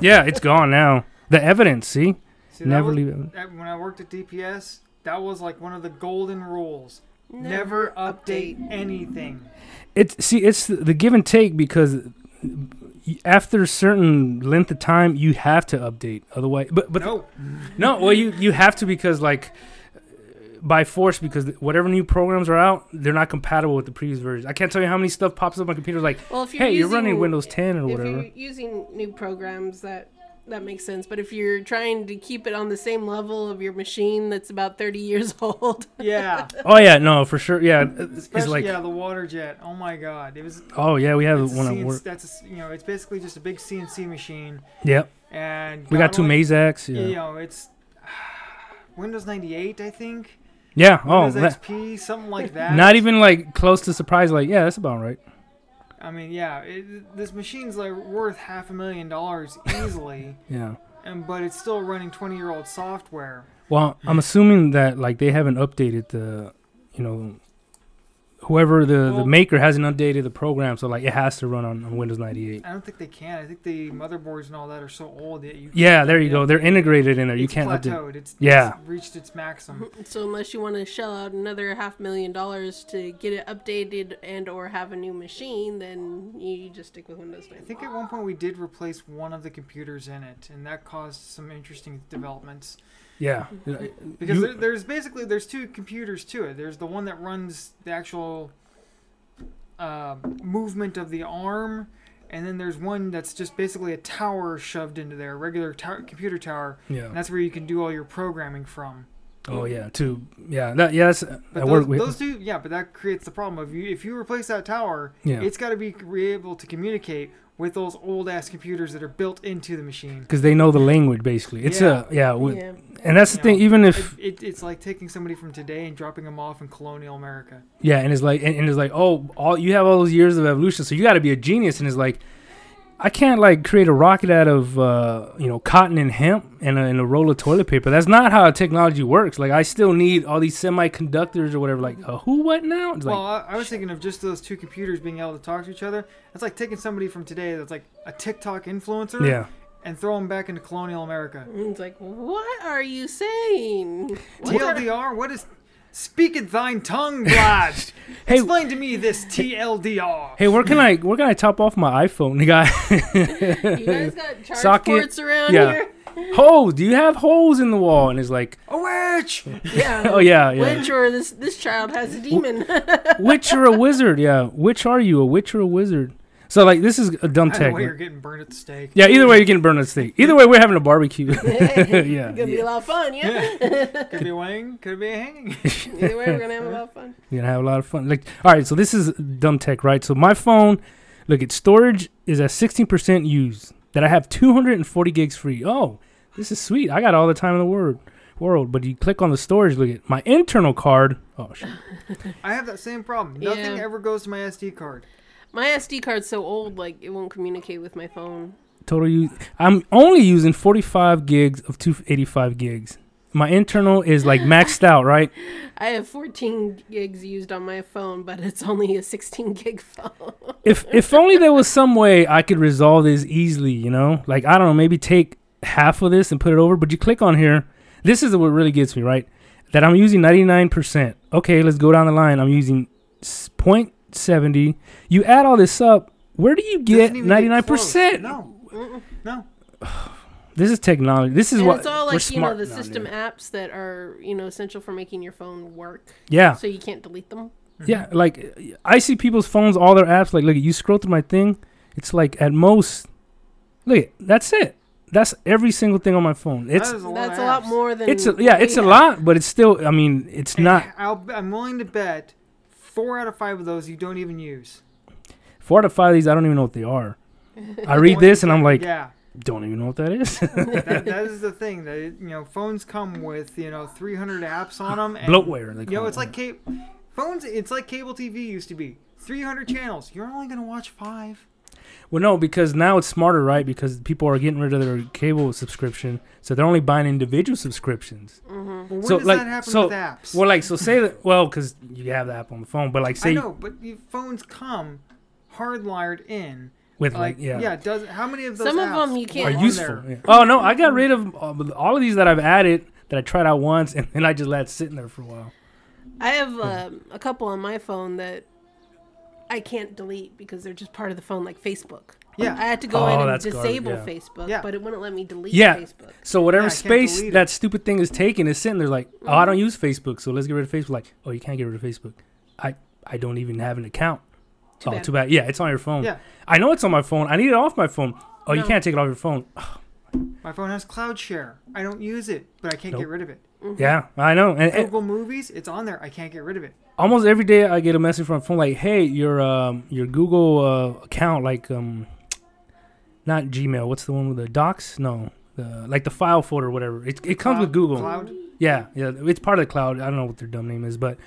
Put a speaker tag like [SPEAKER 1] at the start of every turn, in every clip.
[SPEAKER 1] yeah, it's gone now. The evidence, see?
[SPEAKER 2] See, that
[SPEAKER 1] Never
[SPEAKER 2] was-
[SPEAKER 1] leave it.
[SPEAKER 2] that- When I worked at DPS, that was like one of the golden rules. Never update anything.
[SPEAKER 1] It's see, it's the give and take because after a certain length of time, you have to update. Otherwise, but but
[SPEAKER 2] no,
[SPEAKER 1] no, well, you you have to because like by force because whatever new programs are out, they're not compatible with the previous version. I can't tell you how many stuff pops up on my computer like,
[SPEAKER 3] Well, if you're
[SPEAKER 1] hey, you're
[SPEAKER 3] using-
[SPEAKER 1] running Windows 10 or
[SPEAKER 3] if
[SPEAKER 1] whatever.
[SPEAKER 3] you're using new programs that that makes sense but if you're trying to keep it on the same level of your machine that's about 30 years old
[SPEAKER 2] yeah,
[SPEAKER 1] Oh yeah, no, for sure. Yeah, it's
[SPEAKER 2] especially
[SPEAKER 1] like
[SPEAKER 2] yeah, the water jet. Oh my god, it was
[SPEAKER 1] oh yeah, we have
[SPEAKER 2] it's a
[SPEAKER 1] one at
[SPEAKER 2] CNC
[SPEAKER 1] work.
[SPEAKER 2] That's a s you know, it's basically just a big CNC machine,
[SPEAKER 1] Yep,
[SPEAKER 2] and
[SPEAKER 1] we got
[SPEAKER 2] God
[SPEAKER 1] two
[SPEAKER 2] only-
[SPEAKER 1] Mazacs. Yeah,
[SPEAKER 2] You
[SPEAKER 1] yeah.
[SPEAKER 2] know, it's Windows 98, I think.
[SPEAKER 1] oh,
[SPEAKER 2] Windows
[SPEAKER 1] that-
[SPEAKER 2] XP, something like that.
[SPEAKER 1] not even like close to surprise. Like yeah, that's about right.
[SPEAKER 2] I mean, yeah, it, this machine's like worth half a million dollars easily,
[SPEAKER 1] Yeah.
[SPEAKER 2] and but it's still running 20-year-old software.
[SPEAKER 1] Well, I'm assuming that like they haven't updated the, you know, whoever the the
[SPEAKER 2] Well-
[SPEAKER 1] maker hasn't updated the program, so like it has to run on, on Windows 98.
[SPEAKER 2] I don't think they can. I think the motherboards and all that are so old that you
[SPEAKER 1] Yeah, there you go. They're integrated in there. You
[SPEAKER 2] it's
[SPEAKER 1] can't update.
[SPEAKER 2] plateaued. It's,
[SPEAKER 1] Yeah.
[SPEAKER 2] it's reached its maximum.
[SPEAKER 3] so unless you want to shell out another half million dollars to get it updated and or have a new machine then you just stick with windows
[SPEAKER 2] I
[SPEAKER 3] 10
[SPEAKER 2] think at one point we did replace one of the computers in it, and that caused some interesting developments.
[SPEAKER 1] Yeah.
[SPEAKER 2] Because
[SPEAKER 1] You-
[SPEAKER 2] there, there's basically there's two computers to it. There's the one that runs the actual uh, movement of the arm, and then there's one that's just basically a tower shoved into there, a regular tower, computer tower, and
[SPEAKER 1] Yeah.
[SPEAKER 2] that's where you can do all your programming from.
[SPEAKER 1] Oh yeah. Too. Yeah. That. Yeah. That's, I
[SPEAKER 2] But
[SPEAKER 1] work
[SPEAKER 2] those,
[SPEAKER 1] with.
[SPEAKER 2] those two, yeah, but that creates the problem of you if you replace that tower,
[SPEAKER 1] Yeah.
[SPEAKER 2] it's got to be re- able to communicate with those old ass computers that are built into the machine.
[SPEAKER 1] because they know the language basically. It's
[SPEAKER 2] Yeah.
[SPEAKER 1] a yeah, with,
[SPEAKER 3] yeah
[SPEAKER 1] and that's the
[SPEAKER 2] You
[SPEAKER 1] thing.
[SPEAKER 2] know,
[SPEAKER 1] Even
[SPEAKER 2] It,
[SPEAKER 1] if
[SPEAKER 2] it, it's like taking somebody from today and dropping them off in colonial America.
[SPEAKER 1] yeah, and it's like and, and it's like oh, all you have all those years of evolution, so you got to be a genius. And it's like I can't like create a rocket out of uh, you know cotton and hemp and a, and a roll of toilet paper. That's not how technology works. Like I still need all these semiconductors or whatever. Like uh, who, what now? It's like
[SPEAKER 2] well, I, I was thinking of just those two computers being able to talk to each other. It's like taking somebody from today that's like a TikTok influencer
[SPEAKER 1] yeah,
[SPEAKER 2] and throw them back into colonial America.
[SPEAKER 3] it's like what are you saying
[SPEAKER 2] TLDR, what is. Speak in thine tongue, lad.
[SPEAKER 1] Hey-
[SPEAKER 2] Explain to me this TLDR.
[SPEAKER 1] hey, where can I where can I top off my iPhone, guy?
[SPEAKER 3] you guys got charge
[SPEAKER 1] Socket,
[SPEAKER 3] ports around
[SPEAKER 1] yeah.
[SPEAKER 3] here
[SPEAKER 1] holes? Do you have holes in the wall? And it's like
[SPEAKER 2] A witch!
[SPEAKER 3] yeah
[SPEAKER 1] oh yeah yeah.
[SPEAKER 3] Which or this this child has a demon.
[SPEAKER 1] witch or a wizard? Yeah, which are you? A witch or a wizard? So like, this is a dumb
[SPEAKER 2] Either
[SPEAKER 1] tag.
[SPEAKER 2] way, you're getting burned at the stake.
[SPEAKER 1] Yeah, either way, you're getting burned at the stake. Either way, we're having a barbecue. yeah,
[SPEAKER 3] gonna be a lot of fun, yeah.
[SPEAKER 2] Could be a wang, could be a hanging.
[SPEAKER 3] Either way, we're gonna have a lot of fun.
[SPEAKER 1] you're gonna have a lot of fun. Like, all right, so this is dumb tech, right? So my phone, look, its storage is at 16% used. That I have 240 gigs free. Oh, this is sweet. I got all the time in the world. World, but you click on the storage. Look at my internal card. Oh shit.
[SPEAKER 2] I have that same problem. Nothing
[SPEAKER 3] Yeah.
[SPEAKER 2] ever goes to my SD card.
[SPEAKER 3] My SD card's so old, like it won't communicate with my phone.
[SPEAKER 1] total use i'm only using 45 gigs of 285 gigs my internal is like maxed out right
[SPEAKER 3] I have 14 gigs used on my phone, but it's only a 16 gig phone.
[SPEAKER 1] if if only there was some way i could resolve this easily you know like i don't know maybe take half of this and put it over but you click on here this is what really gets me right that i'm using 99% okay let's go down the line i'm using s- 0.70 you add all this up where do you get
[SPEAKER 2] Doesn't even get
[SPEAKER 1] 99%
[SPEAKER 2] close. No. No.
[SPEAKER 1] this is technology this is
[SPEAKER 3] and
[SPEAKER 1] what
[SPEAKER 3] it's all
[SPEAKER 1] we're
[SPEAKER 3] like you know
[SPEAKER 1] smart
[SPEAKER 3] the
[SPEAKER 1] now,
[SPEAKER 3] system
[SPEAKER 1] dude.
[SPEAKER 3] apps that are you know essential for making your phone work,
[SPEAKER 1] yeah
[SPEAKER 3] so you can't delete them.
[SPEAKER 1] Yeah, like I see people's phones, all their apps. Like, look, you scroll through my thing, it's like at most, look, that's it. That's every single thing on my phone. It's
[SPEAKER 2] That is of
[SPEAKER 3] That's a lot
[SPEAKER 2] apps.
[SPEAKER 3] more than
[SPEAKER 1] it's a, yeah,
[SPEAKER 3] we
[SPEAKER 1] it's a
[SPEAKER 3] have.
[SPEAKER 1] lot, but it's still. I mean, it's
[SPEAKER 2] And
[SPEAKER 1] not
[SPEAKER 2] I'll, I'm willing to bet four out of five of those you don't even use.
[SPEAKER 1] four out of five of these. I don't even know what they are. I read this and I'm like,
[SPEAKER 2] Yeah.
[SPEAKER 1] don't even know what that is.
[SPEAKER 2] that, that is the thing that you know phones come with you know 300 apps on them and
[SPEAKER 1] Bloatware. they
[SPEAKER 2] you know
[SPEAKER 1] call
[SPEAKER 2] it's
[SPEAKER 1] it.
[SPEAKER 2] like ca- phones it's like cable tv used to be 300 channels you're only gonna watch five
[SPEAKER 1] well, no, because now it's smarter, right? Because people are getting rid of their cable subscription, so they're only buying individual subscriptions.
[SPEAKER 2] well, when
[SPEAKER 1] So,
[SPEAKER 2] does
[SPEAKER 1] like-
[SPEAKER 2] that happen
[SPEAKER 1] so-
[SPEAKER 2] with apps
[SPEAKER 1] Well, like, so say that. Well, because you have the app on the phone, but like, say
[SPEAKER 2] i know but you, phones come hardwired in
[SPEAKER 1] with like,
[SPEAKER 2] Like
[SPEAKER 1] yeah.
[SPEAKER 2] yeah, it does how many of those
[SPEAKER 3] Some of
[SPEAKER 2] apps
[SPEAKER 3] them you
[SPEAKER 2] were
[SPEAKER 1] are
[SPEAKER 3] can't-
[SPEAKER 2] on
[SPEAKER 1] useful.
[SPEAKER 2] there?
[SPEAKER 1] yeah. Oh no, I got rid of uh, all of these that I've added that I tried out once and then I just let it sit in there for a while.
[SPEAKER 3] I have um, a couple on my phone that I can't delete because they're just part of the phone, like Facebook.
[SPEAKER 2] Yeah.
[SPEAKER 3] I had to go
[SPEAKER 1] Oh,
[SPEAKER 3] in and
[SPEAKER 1] that's garbage,
[SPEAKER 3] disable
[SPEAKER 1] yeah.
[SPEAKER 3] Facebook,
[SPEAKER 2] Yeah.
[SPEAKER 3] but it wouldn't let me delete
[SPEAKER 1] Yeah.
[SPEAKER 3] Facebook.
[SPEAKER 1] So whatever
[SPEAKER 2] Yeah, I can't
[SPEAKER 1] space
[SPEAKER 2] delete it.
[SPEAKER 1] that stupid thing is taking is sitting there like, oh, I don't use Facebook, so let's get rid of Facebook. Like, oh, you can't get rid of Facebook. I I don't even have an account.
[SPEAKER 3] Too
[SPEAKER 1] oh,
[SPEAKER 3] bad.
[SPEAKER 1] too bad. Yeah, it's on your phone.
[SPEAKER 2] Yeah.
[SPEAKER 1] I know it's on my phone. I need it off my phone. Oh, you
[SPEAKER 3] No.
[SPEAKER 1] can't take it off your phone.
[SPEAKER 2] My phone has cloud share. I don't use it, but I can't
[SPEAKER 1] Nope. Eh.
[SPEAKER 2] get rid of it.
[SPEAKER 1] Yeah, I know. And, and
[SPEAKER 2] Google Movies, it's on there. I can't get rid of it.
[SPEAKER 1] almost every day I get a message from my phone like, "Hey, your um your Google uh, account like um not Gmail. What's the one with the Docs? No, the like the file folder, whatever. It it comes
[SPEAKER 2] Cloud-
[SPEAKER 1] with Google.
[SPEAKER 2] Cloud.
[SPEAKER 1] Yeah, yeah, it's part of the cloud. I don't know what their dumb name is, but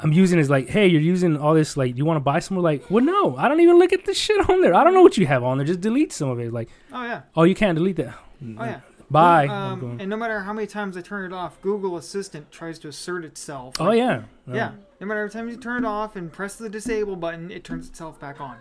[SPEAKER 1] I'm using is like, hey, you're using all this. Like, you want to buy some? We're like, well, no, I don't even look at the shit on there. I don't know what you have on there. Just delete some of it. Like,
[SPEAKER 2] Oh yeah.
[SPEAKER 1] oh, you can't delete that.
[SPEAKER 2] Oh yeah.
[SPEAKER 1] Bye. I'm
[SPEAKER 2] Um,
[SPEAKER 1] going,
[SPEAKER 2] and no matter how many times I turn it off, Google Assistant tries to assert itself.
[SPEAKER 1] oh yeah. No.
[SPEAKER 2] Yeah. No matter how many times you turn it off and press the disable button, it turns itself back on.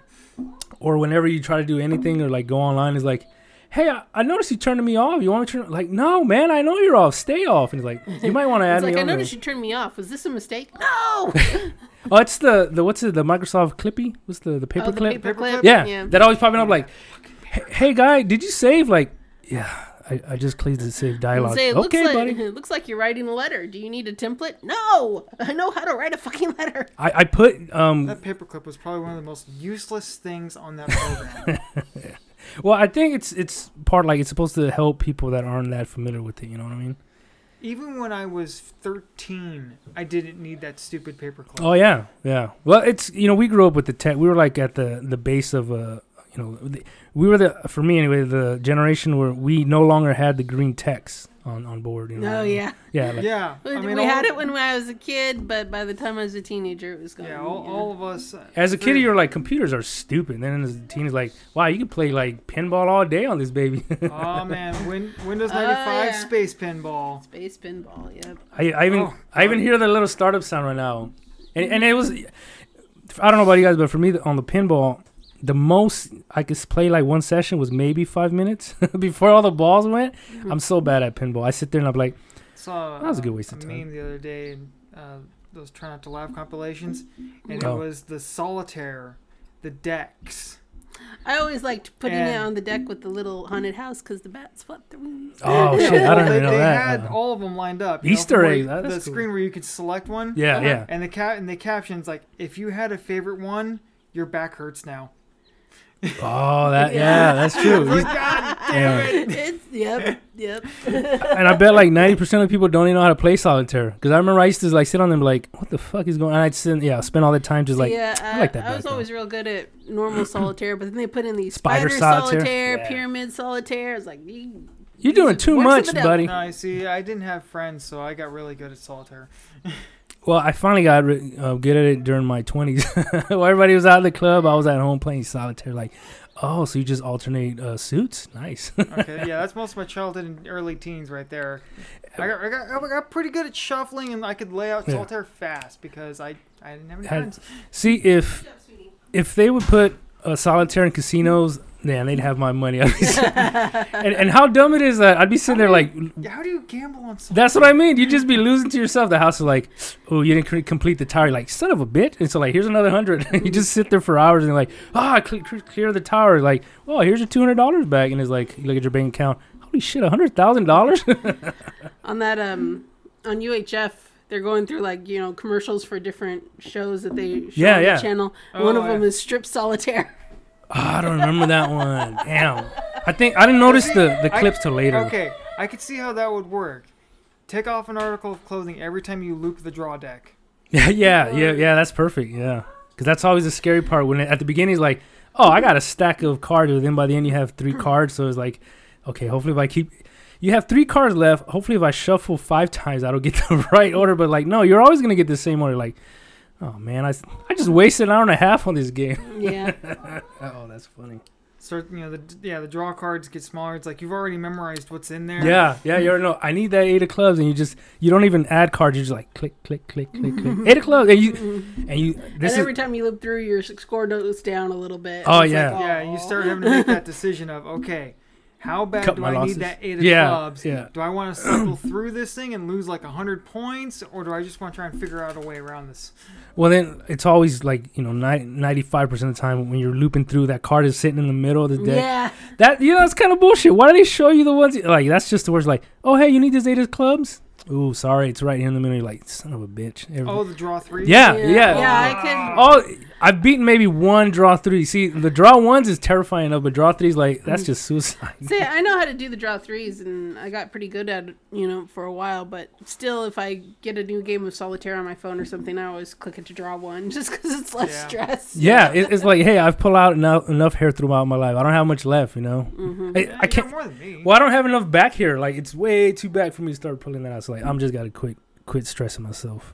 [SPEAKER 1] Or whenever you try to do anything or like go online, is like, hey, I, I noticed you turning me off. You want me to turn? Like, no, man, I know you're off. Stay off. And it's like, you might want to add
[SPEAKER 3] It's like
[SPEAKER 1] me
[SPEAKER 3] I
[SPEAKER 1] on there.
[SPEAKER 3] noticed you turned me off. Was this a mistake? No.
[SPEAKER 1] Oh, it's the the what's it? The Microsoft Clippy? What's the
[SPEAKER 3] oh,
[SPEAKER 1] the paperclip?
[SPEAKER 3] the paperclip.
[SPEAKER 2] Paperclip?
[SPEAKER 1] Yeah,
[SPEAKER 3] yeah.
[SPEAKER 1] that always popping up like, "Hey- "Hey guy, did you save?" Like, yeah, I, I just cleaned the save dialogue.
[SPEAKER 3] Say, it looks
[SPEAKER 1] okay,
[SPEAKER 3] like
[SPEAKER 1] buddy.
[SPEAKER 3] it looks like you're writing a letter. Do you need a template? No. I know how to write a fucking letter.
[SPEAKER 1] I, I put um.
[SPEAKER 2] That paperclip was probably one of the most useless things on that program.
[SPEAKER 1] Well, I think it's it's part like it's supposed to help people that aren't that familiar with it. You know what I mean?
[SPEAKER 2] Even when I was 13, I didn't need that stupid paperclip.
[SPEAKER 1] Oh yeah, yeah. Well, it's you know we grew up with the tech. We were like at the the base of uh you know the, we were the for me anyway the generation where we no longer had the green text on on board. You know?
[SPEAKER 3] Oh yeah.
[SPEAKER 1] Yeah. Like,
[SPEAKER 2] Yeah.
[SPEAKER 3] We,
[SPEAKER 2] I mean,
[SPEAKER 3] we
[SPEAKER 2] all-
[SPEAKER 3] had it when I was a kid, but by the time I was a teenager, it was gone.
[SPEAKER 2] Yeah, all, all of us. uh,
[SPEAKER 1] As a kid,
[SPEAKER 2] through-
[SPEAKER 1] you're like computers are stupid. And then as a teen, is like, wow, you can play like pinball all day on this baby.
[SPEAKER 2] Oh man, Win- Windows
[SPEAKER 3] Oh,
[SPEAKER 2] 95
[SPEAKER 3] yeah.
[SPEAKER 2] Space Pinball.
[SPEAKER 3] Space pinball. Yep.
[SPEAKER 1] I, I even
[SPEAKER 2] Oh,
[SPEAKER 1] I even hear the little startup sound right now, and, and it was I don't know about you guys, but for me the- on the pinball, the most I could s- play like one session was maybe five minutes before all the balls went. I'm so bad at pinball. I sit there and I'm like,
[SPEAKER 2] Saw
[SPEAKER 1] That was a
[SPEAKER 2] uh,
[SPEAKER 1] good waste of time.
[SPEAKER 2] meme the other day, uh, those Try Not to Laugh compilations, and
[SPEAKER 1] Oh.
[SPEAKER 2] it was the solitaire, the decks.
[SPEAKER 3] I always liked putting it
[SPEAKER 2] And-
[SPEAKER 3] on the deck with the little haunted house because the bats flap their wings.
[SPEAKER 1] oh shit, I don't
[SPEAKER 2] they,
[SPEAKER 1] even know
[SPEAKER 2] they
[SPEAKER 1] that.
[SPEAKER 2] had
[SPEAKER 1] Uh,
[SPEAKER 2] all of them lined up. you know,
[SPEAKER 1] Easter
[SPEAKER 2] from where-
[SPEAKER 1] egg, that
[SPEAKER 2] The
[SPEAKER 1] is cool.
[SPEAKER 2] screen where you could select one.
[SPEAKER 1] yeah,
[SPEAKER 3] Uh-huh.
[SPEAKER 1] yeah.
[SPEAKER 2] And the cat and the captions like, if you had a favorite one, your back hurts now.
[SPEAKER 1] Oh, that yeah, that's true. You-
[SPEAKER 2] God
[SPEAKER 1] yeah.
[SPEAKER 3] it's, yep, yep.
[SPEAKER 1] and I bet like ninety percent of people don't even know how to play solitaire. Because I remember I used to like sit on them like, what the fuck is going? on? And I'd sit, yeah, spend all that time just like,
[SPEAKER 3] yeah,
[SPEAKER 1] I
[SPEAKER 3] I,
[SPEAKER 1] like that
[SPEAKER 3] I was
[SPEAKER 1] back,
[SPEAKER 3] always real good at normal solitaire, but then they put in the
[SPEAKER 1] Spider
[SPEAKER 3] spider,
[SPEAKER 1] solitaire.
[SPEAKER 3] solitaire,
[SPEAKER 1] Yeah.
[SPEAKER 3] pyramid solitaire. It's like you-
[SPEAKER 1] you're doing
[SPEAKER 3] these
[SPEAKER 1] too
[SPEAKER 3] works
[SPEAKER 1] much,
[SPEAKER 3] of the devil.
[SPEAKER 1] buddy.
[SPEAKER 2] No, I see. I didn't have friends, so I got really good at solitaire.
[SPEAKER 1] Well, I finally got re- uh, good at it during my twenties. While everybody was out of the club, I was at home playing solitaire. Like, oh, so you just alternate uh, suits? Nice.
[SPEAKER 2] Okay, yeah, that's most of my childhood and early teens right there. I got, I got, I got pretty good at shuffling, and I could lay out
[SPEAKER 1] Yeah.
[SPEAKER 2] solitaire fast because I, I didn't have any
[SPEAKER 1] Had-
[SPEAKER 2] friends.
[SPEAKER 1] See if if they would put uh, solitaire in casinos, man, they'd have my money. I'd be sitting- and, and how dumb it is that I'd be sitting there like,
[SPEAKER 2] Yeah, How do you gamble on solitaire?
[SPEAKER 1] that's what I mean. You'd just be losing to yourself. The house is like, oh, you didn't cre- complete the tower. You're like, son of a bitch. And so like, here's another hundred. you just sit there for hours and like, ah, cle clear, clear the tower. Like, oh, here's your two hundred dollars back. And it's like, you look at your bank account. Holy shit, a hundred thousand dollars.
[SPEAKER 3] on that um on UHF. They're going through like you know commercials for different shows that they show
[SPEAKER 1] Yeah,
[SPEAKER 3] on
[SPEAKER 1] yeah.
[SPEAKER 3] the channel. One
[SPEAKER 2] Oh,
[SPEAKER 3] of them
[SPEAKER 2] yeah.
[SPEAKER 3] is strip solitaire.
[SPEAKER 1] Ah, I don't remember that one. Damn. I think I didn't notice the the
[SPEAKER 2] I-
[SPEAKER 1] clips till later.
[SPEAKER 2] Okay, I could see how that would work. Take off an article of clothing every time you loop the draw deck.
[SPEAKER 1] Yeah, yeah, yeah, yeah. That's perfect. Yeah, because that's always the scary part when it, at the beginning it's like, oh, I got a stack of cards, but then by the end you have three cards, so it's like, okay, hopefully if I keep, you have three cards left. Hopefully if I shuffle five times, I don't get the right order. But like, no, you're always gonna get the same order. Like, oh man, I s- I just wasted an hour and a half on this game.
[SPEAKER 3] Yeah,
[SPEAKER 1] oh, that's funny.
[SPEAKER 2] start you know the yeah the draw cards get smaller. It's like you've already memorized what's in there.
[SPEAKER 1] Yeah, yeah, you already know. I need that eight of clubs, and you just you don't even add cards. You're just like click, click, click, click, click. Eight of clubs, and you and you. This
[SPEAKER 3] and every
[SPEAKER 1] is
[SPEAKER 3] time you look through, your s- score goes down a little bit.
[SPEAKER 1] Oh,
[SPEAKER 3] It's
[SPEAKER 1] yeah.
[SPEAKER 3] like,
[SPEAKER 2] Yeah, you
[SPEAKER 3] "Aw."
[SPEAKER 2] start having to make that decision of okay, how bad
[SPEAKER 1] Cut
[SPEAKER 2] do
[SPEAKER 1] my
[SPEAKER 2] I
[SPEAKER 1] losses.
[SPEAKER 2] need that eight of
[SPEAKER 1] Yeah,
[SPEAKER 2] clubs?
[SPEAKER 1] yeah.
[SPEAKER 2] Do I want to cycle through this thing and lose like hundred points, or do I just want to try and figure out a way around this?
[SPEAKER 1] well, then it's always like you know ninety five percent of the time when you're looping through that card is sitting in the middle of the deck.
[SPEAKER 3] Yeah.
[SPEAKER 1] That you know that's kind of bullshit. Why do they show you the ones like that's just the worst? Like oh hey, you need this eight of clubs. Ooh, sorry, it's right here in the middle. You're like son of a bitch. Every-
[SPEAKER 2] Oh, the draw three.
[SPEAKER 1] yeah,
[SPEAKER 3] Yeah.
[SPEAKER 1] yeah.
[SPEAKER 3] Yeah, I can-
[SPEAKER 1] Oh, I've beaten maybe one draw three. See, the draw ones is terrifying enough, but draw threes like that's just suicide.
[SPEAKER 3] See, I know how to do the draw threes, and I got pretty good at it, you know, for a while. But still, if I get a new game of solitaire on my phone or something, I always click it to draw one, just because it's less
[SPEAKER 2] Yeah.
[SPEAKER 3] stress.
[SPEAKER 1] Yeah, it, it's like, hey, I've pulled out enough, enough hair throughout my life. I don't have much left, you know. I,
[SPEAKER 2] Yeah,
[SPEAKER 1] I
[SPEAKER 2] you got
[SPEAKER 1] can't.
[SPEAKER 2] more than me.
[SPEAKER 1] Well, I don't have enough back here. Like it's way too back for me to start pulling that out. So like, I'm just gotta quit, quit stressing myself.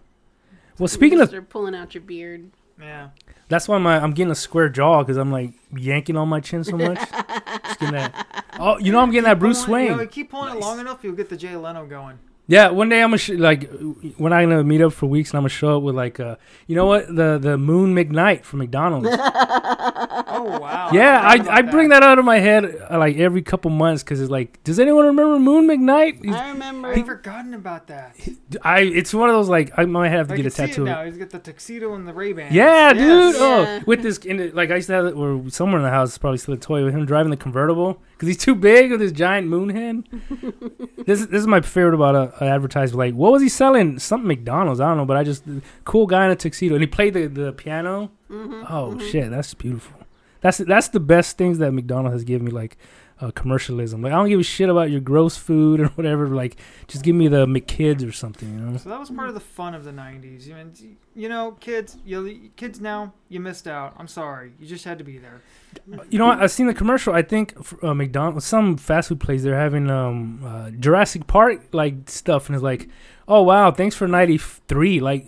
[SPEAKER 1] Well, speaking of,
[SPEAKER 3] They're pulling out your beard.
[SPEAKER 2] Yeah.
[SPEAKER 1] that's why my I'm getting a square jaw because I'm like yanking on my chin so much. Just getting that. Oh, you know I'm getting that Bruce
[SPEAKER 2] Pulling it-
[SPEAKER 1] Wayne.
[SPEAKER 2] You know, keep pulling it
[SPEAKER 1] Nice.
[SPEAKER 2] long enough, you'll get the Jay Leno going.
[SPEAKER 1] Yeah, one day I'm gonna sh- like when I'm gonna meet up for weeks and I'm gonna show up with like uh you know what the the Moon McKnight from McDonald's.
[SPEAKER 2] Oh wow.
[SPEAKER 1] yeah,
[SPEAKER 2] forgot about
[SPEAKER 1] I, I bring that out of my head uh, like every couple months because it's like, does anyone remember Moon McKnight? He's-
[SPEAKER 3] I remember.
[SPEAKER 2] I've forgotten about that.
[SPEAKER 1] I it's one of those like I might have to
[SPEAKER 2] I
[SPEAKER 1] get
[SPEAKER 2] can
[SPEAKER 1] a
[SPEAKER 2] see it
[SPEAKER 1] tattoo.
[SPEAKER 2] now. He's got the tuxedo and the Ray Ban.
[SPEAKER 1] Yeah, dude.
[SPEAKER 3] Yeah.
[SPEAKER 1] Oh, with this, in the, like I used to have it, or somewhere in the house, it's probably still a toy with him driving the convertible because he's too big with his giant moon head. this, is- this is my favorite about a, a advertisement. Like, what was he selling? Something McDonald's. I don't know, but I just cool guy in a tuxedo, and he played the, the piano.
[SPEAKER 3] Mhm,
[SPEAKER 1] Oh
[SPEAKER 3] mhm.
[SPEAKER 1] shit, that's beautiful. That's that's the best things that McDonald's has given me, like uh, commercialism. Like I don't give a shit about your gross food or whatever. Like just give me the McKids or something. You know?
[SPEAKER 2] So that was part of the fun of the '90s. You mean, you know, kids, you kids now, you missed out. I'm sorry, you just had to be there.
[SPEAKER 1] You know, what? I've seen the commercial. I think f- uh, McDonald's, some fast food place, they're having um uh, Jurassic Park like stuff, and it's like, oh wow, thanks for '93. Like,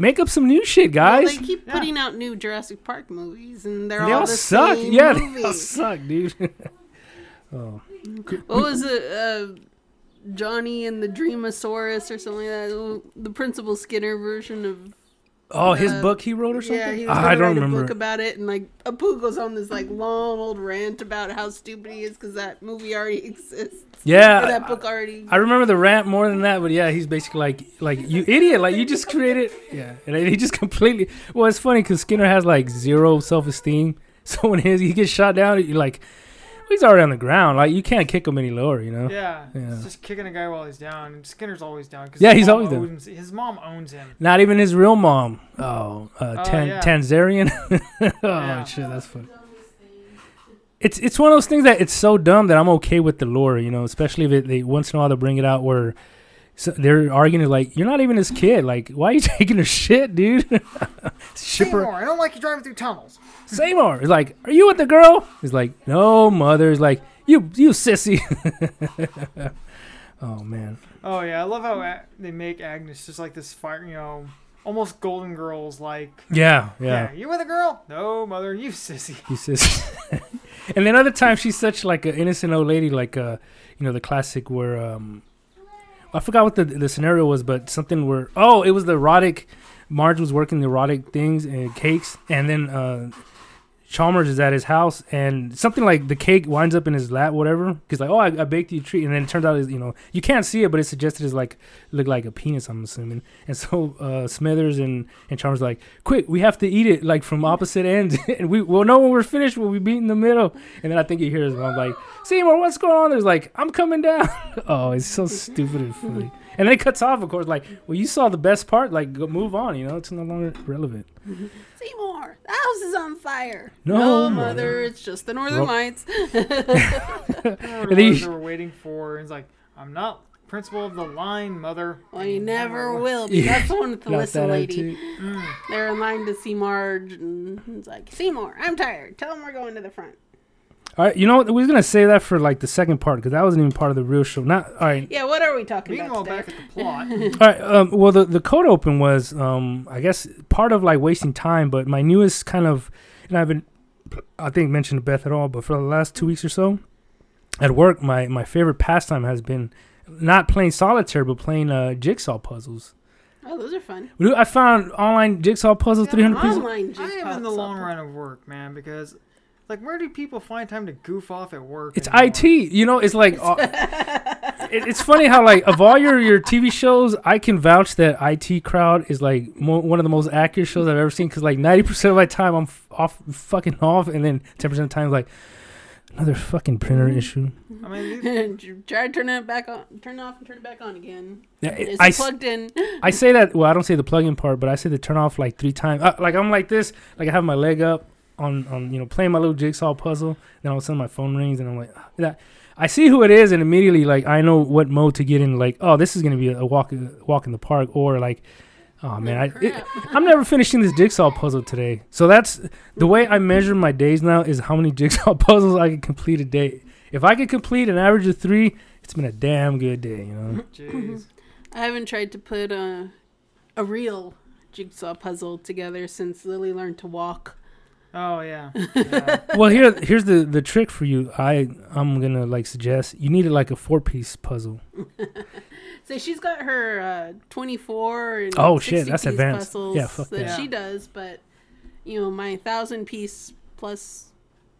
[SPEAKER 1] make up some new shit,
[SPEAKER 3] Well,
[SPEAKER 1] guys.
[SPEAKER 3] they keep
[SPEAKER 2] Yeah.
[SPEAKER 3] putting out new Jurassic Park movies, and they're
[SPEAKER 1] they
[SPEAKER 3] all,
[SPEAKER 1] all
[SPEAKER 3] the
[SPEAKER 1] suck.
[SPEAKER 3] Same
[SPEAKER 1] Yeah,
[SPEAKER 3] movie.
[SPEAKER 1] they all suck, dude. oh,
[SPEAKER 3] What was it? Uh, Johnny and the Dreamosaurus or something like that. The Principal Skinner version of
[SPEAKER 1] oh, his
[SPEAKER 3] Uh,
[SPEAKER 1] book he wrote or something.
[SPEAKER 3] Yeah, he was
[SPEAKER 1] Ah,
[SPEAKER 3] gonna
[SPEAKER 1] I don't
[SPEAKER 3] write a
[SPEAKER 1] remember.
[SPEAKER 3] book about it, and like Apu goes on this like long old rant about how stupid he is because that movie already exists.
[SPEAKER 1] Yeah,
[SPEAKER 3] Or that
[SPEAKER 1] I-
[SPEAKER 3] book already.
[SPEAKER 1] I remember the rant more than that, but yeah, he's basically like, like you idiot, like you just created, yeah, and he just completely. Well, it's funny because Skinner has like zero self-esteem, so when his he gets shot down, you're like, he's already on the ground, like you can't kick him any lower, you know.
[SPEAKER 2] Yeah,
[SPEAKER 1] Yeah.
[SPEAKER 2] It's just kicking a guy while he's down. And Skinner's always down. 'cause
[SPEAKER 1] Yeah,
[SPEAKER 2] his
[SPEAKER 1] he's
[SPEAKER 2] mom
[SPEAKER 1] always down.
[SPEAKER 2] owns- His mom owns him.
[SPEAKER 1] Not even his real mom. Oh, uh,
[SPEAKER 2] Oh,
[SPEAKER 1] Tan-
[SPEAKER 2] yeah.
[SPEAKER 1] Tanzarian. oh
[SPEAKER 2] Yeah.
[SPEAKER 1] shit, that's funny. It's it's one of those things that it's so dumb that I'm okay with the lore, you know. Especially if it, they once in a while they bring it out where so they're arguing like, "You're not even his kid. Like, why are you taking her shit, dude?" Shipper
[SPEAKER 2] Seymour, I don't like you driving through tunnels.
[SPEAKER 1] Seymour is like, "Are you with the girl?" He's like, "No, mother." He's like, "You you sissy." oh man.
[SPEAKER 2] Oh yeah, I love how a- they make Agnes just like this fire, you know, almost Golden Girls like.
[SPEAKER 1] Yeah, yeah.
[SPEAKER 2] Yeah. you with a girl? No, mother, you sissy.
[SPEAKER 1] You sis. and then other times she's such like an innocent old lady, like uh, you know, the classic where um, I forgot what the the scenario was, but something where oh, it was the erotic. Marge was working the erotic things and cakes, and then uh, Chalmers is at his house, and something like the cake winds up in his lap, whatever. Because like, oh, I, I baked you a treat, and then it turns out it's, you know you can't see it, but it's suggested it's like look like a penis, I'm assuming. And so uh, Smithers and and Chalmers are like, quick, we have to eat it like from opposite ends, and we will know when we're finished. We'll be beat in the middle, and then I think you hear his mom like, Seymour, what's going on? There's like, I'm coming down. oh, it's so stupid and funny. And then it cuts off, of course. Like, well, you saw the best part. Like, go, move on. You know, it's no longer relevant.
[SPEAKER 3] Seymour, the house is on fire.
[SPEAKER 1] No,
[SPEAKER 3] no
[SPEAKER 1] mother.
[SPEAKER 3] mother, it's just the Northern
[SPEAKER 1] Ro-
[SPEAKER 3] Lights.
[SPEAKER 2] I don't
[SPEAKER 1] And
[SPEAKER 2] know
[SPEAKER 1] he-
[SPEAKER 2] what they were waiting for. And he's like, I'm not principal of the line, mother.
[SPEAKER 3] Well, you
[SPEAKER 2] And
[SPEAKER 3] never
[SPEAKER 2] Seymour-
[SPEAKER 3] will be. That's the one with the
[SPEAKER 1] Got
[SPEAKER 3] listen
[SPEAKER 1] that
[SPEAKER 3] lady.
[SPEAKER 1] attitude.
[SPEAKER 2] Mm.
[SPEAKER 3] They're in line to see Marge, and it's like, Seymour, I'm tired. Tell him we're going to the front.
[SPEAKER 1] All right, you know what? We're gonna say that for like the second part because that wasn't even part of the real show. Not all right.
[SPEAKER 3] Yeah, what are we talking
[SPEAKER 2] Meanwhile,
[SPEAKER 3] about today?
[SPEAKER 2] back at the plot.
[SPEAKER 1] All right. Um, well, the the code open was, um, I guess, part of like wasting time. But my newest kind of, and I've been I think mentioned to Beth at all, but for the last two weeks or so, at work, my my favorite pastime has been not playing solitaire, but playing uh, jigsaw puzzles.
[SPEAKER 3] Oh, those are fun.
[SPEAKER 1] Dude, I found online jigsaw puzzles,
[SPEAKER 3] Yeah,
[SPEAKER 1] three hundred pieces.
[SPEAKER 3] Online
[SPEAKER 2] I am in the
[SPEAKER 3] jigsaw
[SPEAKER 2] long
[SPEAKER 3] puzzle.
[SPEAKER 2] run of work, man, because like where do people find time to goof off at work?
[SPEAKER 1] It's
[SPEAKER 2] anymore?
[SPEAKER 1] IT. You know, it's like uh, it, it's funny how like of all your your TV shows, I can vouch that IT Crowd is like mo- one of the most accurate shows I've ever seen because like ninety percent of my time I'm f- off fucking off, and then ten percent of the time like another fucking printer issue.
[SPEAKER 2] I mean, these-
[SPEAKER 3] Try turning it back on, turn it off, and turn it back on again.
[SPEAKER 1] Yeah,
[SPEAKER 3] Is
[SPEAKER 1] I
[SPEAKER 3] it
[SPEAKER 1] s-
[SPEAKER 3] plugged in?
[SPEAKER 1] I say that well, I don't say the plug-in part, but I say the turn off like three times. Uh, like I'm like this, like I have my leg up on on you know playing my little jigsaw puzzle. Then all of a sudden my phone rings and I'm like, ah, that. I see who it is and immediately like I know what mode to get in. Like oh, this is gonna be a walk uh, walk in the park or like. Oh man, I, it, I'm never finishing this jigsaw puzzle today. So that's the way I measure my days now is how many jigsaw puzzles I can complete a day. If I could complete an average of three, it's been a damn good day, you know.
[SPEAKER 2] jeez.
[SPEAKER 3] I haven't tried to put a a real jigsaw puzzle together since Lily learned to walk.
[SPEAKER 2] Oh yeah. yeah.
[SPEAKER 1] well here here's the the trick for you i i'm gonna like suggest you needed like a four piece puzzle
[SPEAKER 3] So she's got her uh, 24 and
[SPEAKER 1] Oh, shit, that's
[SPEAKER 3] 60 piece
[SPEAKER 1] advanced.
[SPEAKER 3] puzzles
[SPEAKER 1] Yeah, fuck
[SPEAKER 3] that
[SPEAKER 2] that.
[SPEAKER 3] she
[SPEAKER 2] Yeah.
[SPEAKER 3] does, but you know my thousand piece plus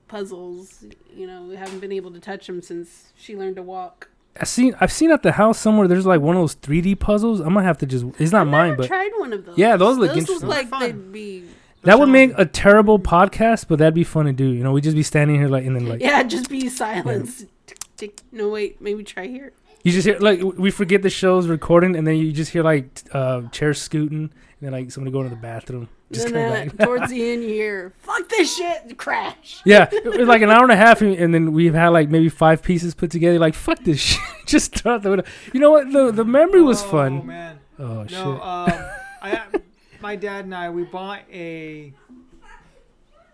[SPEAKER 3] puzzles, you know, we haven't been able to touch them since she learned to walk.
[SPEAKER 1] i seen i've seen at the house somewhere there's like one of those 3d puzzles i'm gonna have to just it's not
[SPEAKER 3] I've
[SPEAKER 1] mine
[SPEAKER 3] never
[SPEAKER 1] but
[SPEAKER 3] tried one of those.
[SPEAKER 1] Yeah, those look interesting.
[SPEAKER 3] like
[SPEAKER 2] Fun.
[SPEAKER 3] they'd be.
[SPEAKER 1] that would make
[SPEAKER 2] challenging.
[SPEAKER 1] a terrible podcast but that'd be fun to do you know we'd just be standing here like and then like
[SPEAKER 3] Yeah, just be silenced. Tick, tick. No wait, maybe try here.
[SPEAKER 1] you just hear like we forget the show's recording and then you just hear like t- uh chairs scooting and then like somebody going to the bathroom just
[SPEAKER 3] Then
[SPEAKER 1] come
[SPEAKER 3] uh,
[SPEAKER 1] back
[SPEAKER 3] towards the end here, fuck this shit, crash.
[SPEAKER 1] yeah, it was like an hour and a half, and- and then we've had like maybe five pieces put together. Like fuck this shit, just throw out the window. You know what? The the memory was
[SPEAKER 2] oh,
[SPEAKER 1] fun.
[SPEAKER 2] man.
[SPEAKER 1] Oh shit!
[SPEAKER 2] No, um, I, my dad and I we bought a.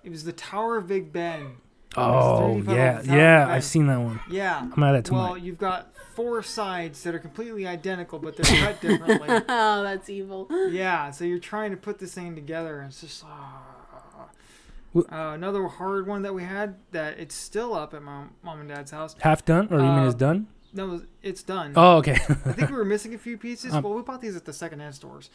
[SPEAKER 2] It was the Tower of Big Ben.
[SPEAKER 1] Oh yeah,
[SPEAKER 2] It's 35 on the
[SPEAKER 1] yeah,
[SPEAKER 2] top,
[SPEAKER 1] I've
[SPEAKER 2] right?
[SPEAKER 1] seen that one.
[SPEAKER 2] Yeah.
[SPEAKER 1] I'm at it tonight.
[SPEAKER 2] Well, you've got four sides that are completely identical, but they're cut differently.
[SPEAKER 3] Oh, that's evil.
[SPEAKER 2] yeah, so you're trying to put this thing together, and it's just. ah. Uh,
[SPEAKER 1] Wh-
[SPEAKER 2] another hard one that we had that it's still up at my mom and dad's house.
[SPEAKER 1] Half done, or you mean it's
[SPEAKER 2] uh,
[SPEAKER 1] done?
[SPEAKER 2] No, it's done.
[SPEAKER 1] Oh okay.
[SPEAKER 2] I think we were missing a few pieces.
[SPEAKER 1] Um,
[SPEAKER 2] well, we bought these at the secondhand stores.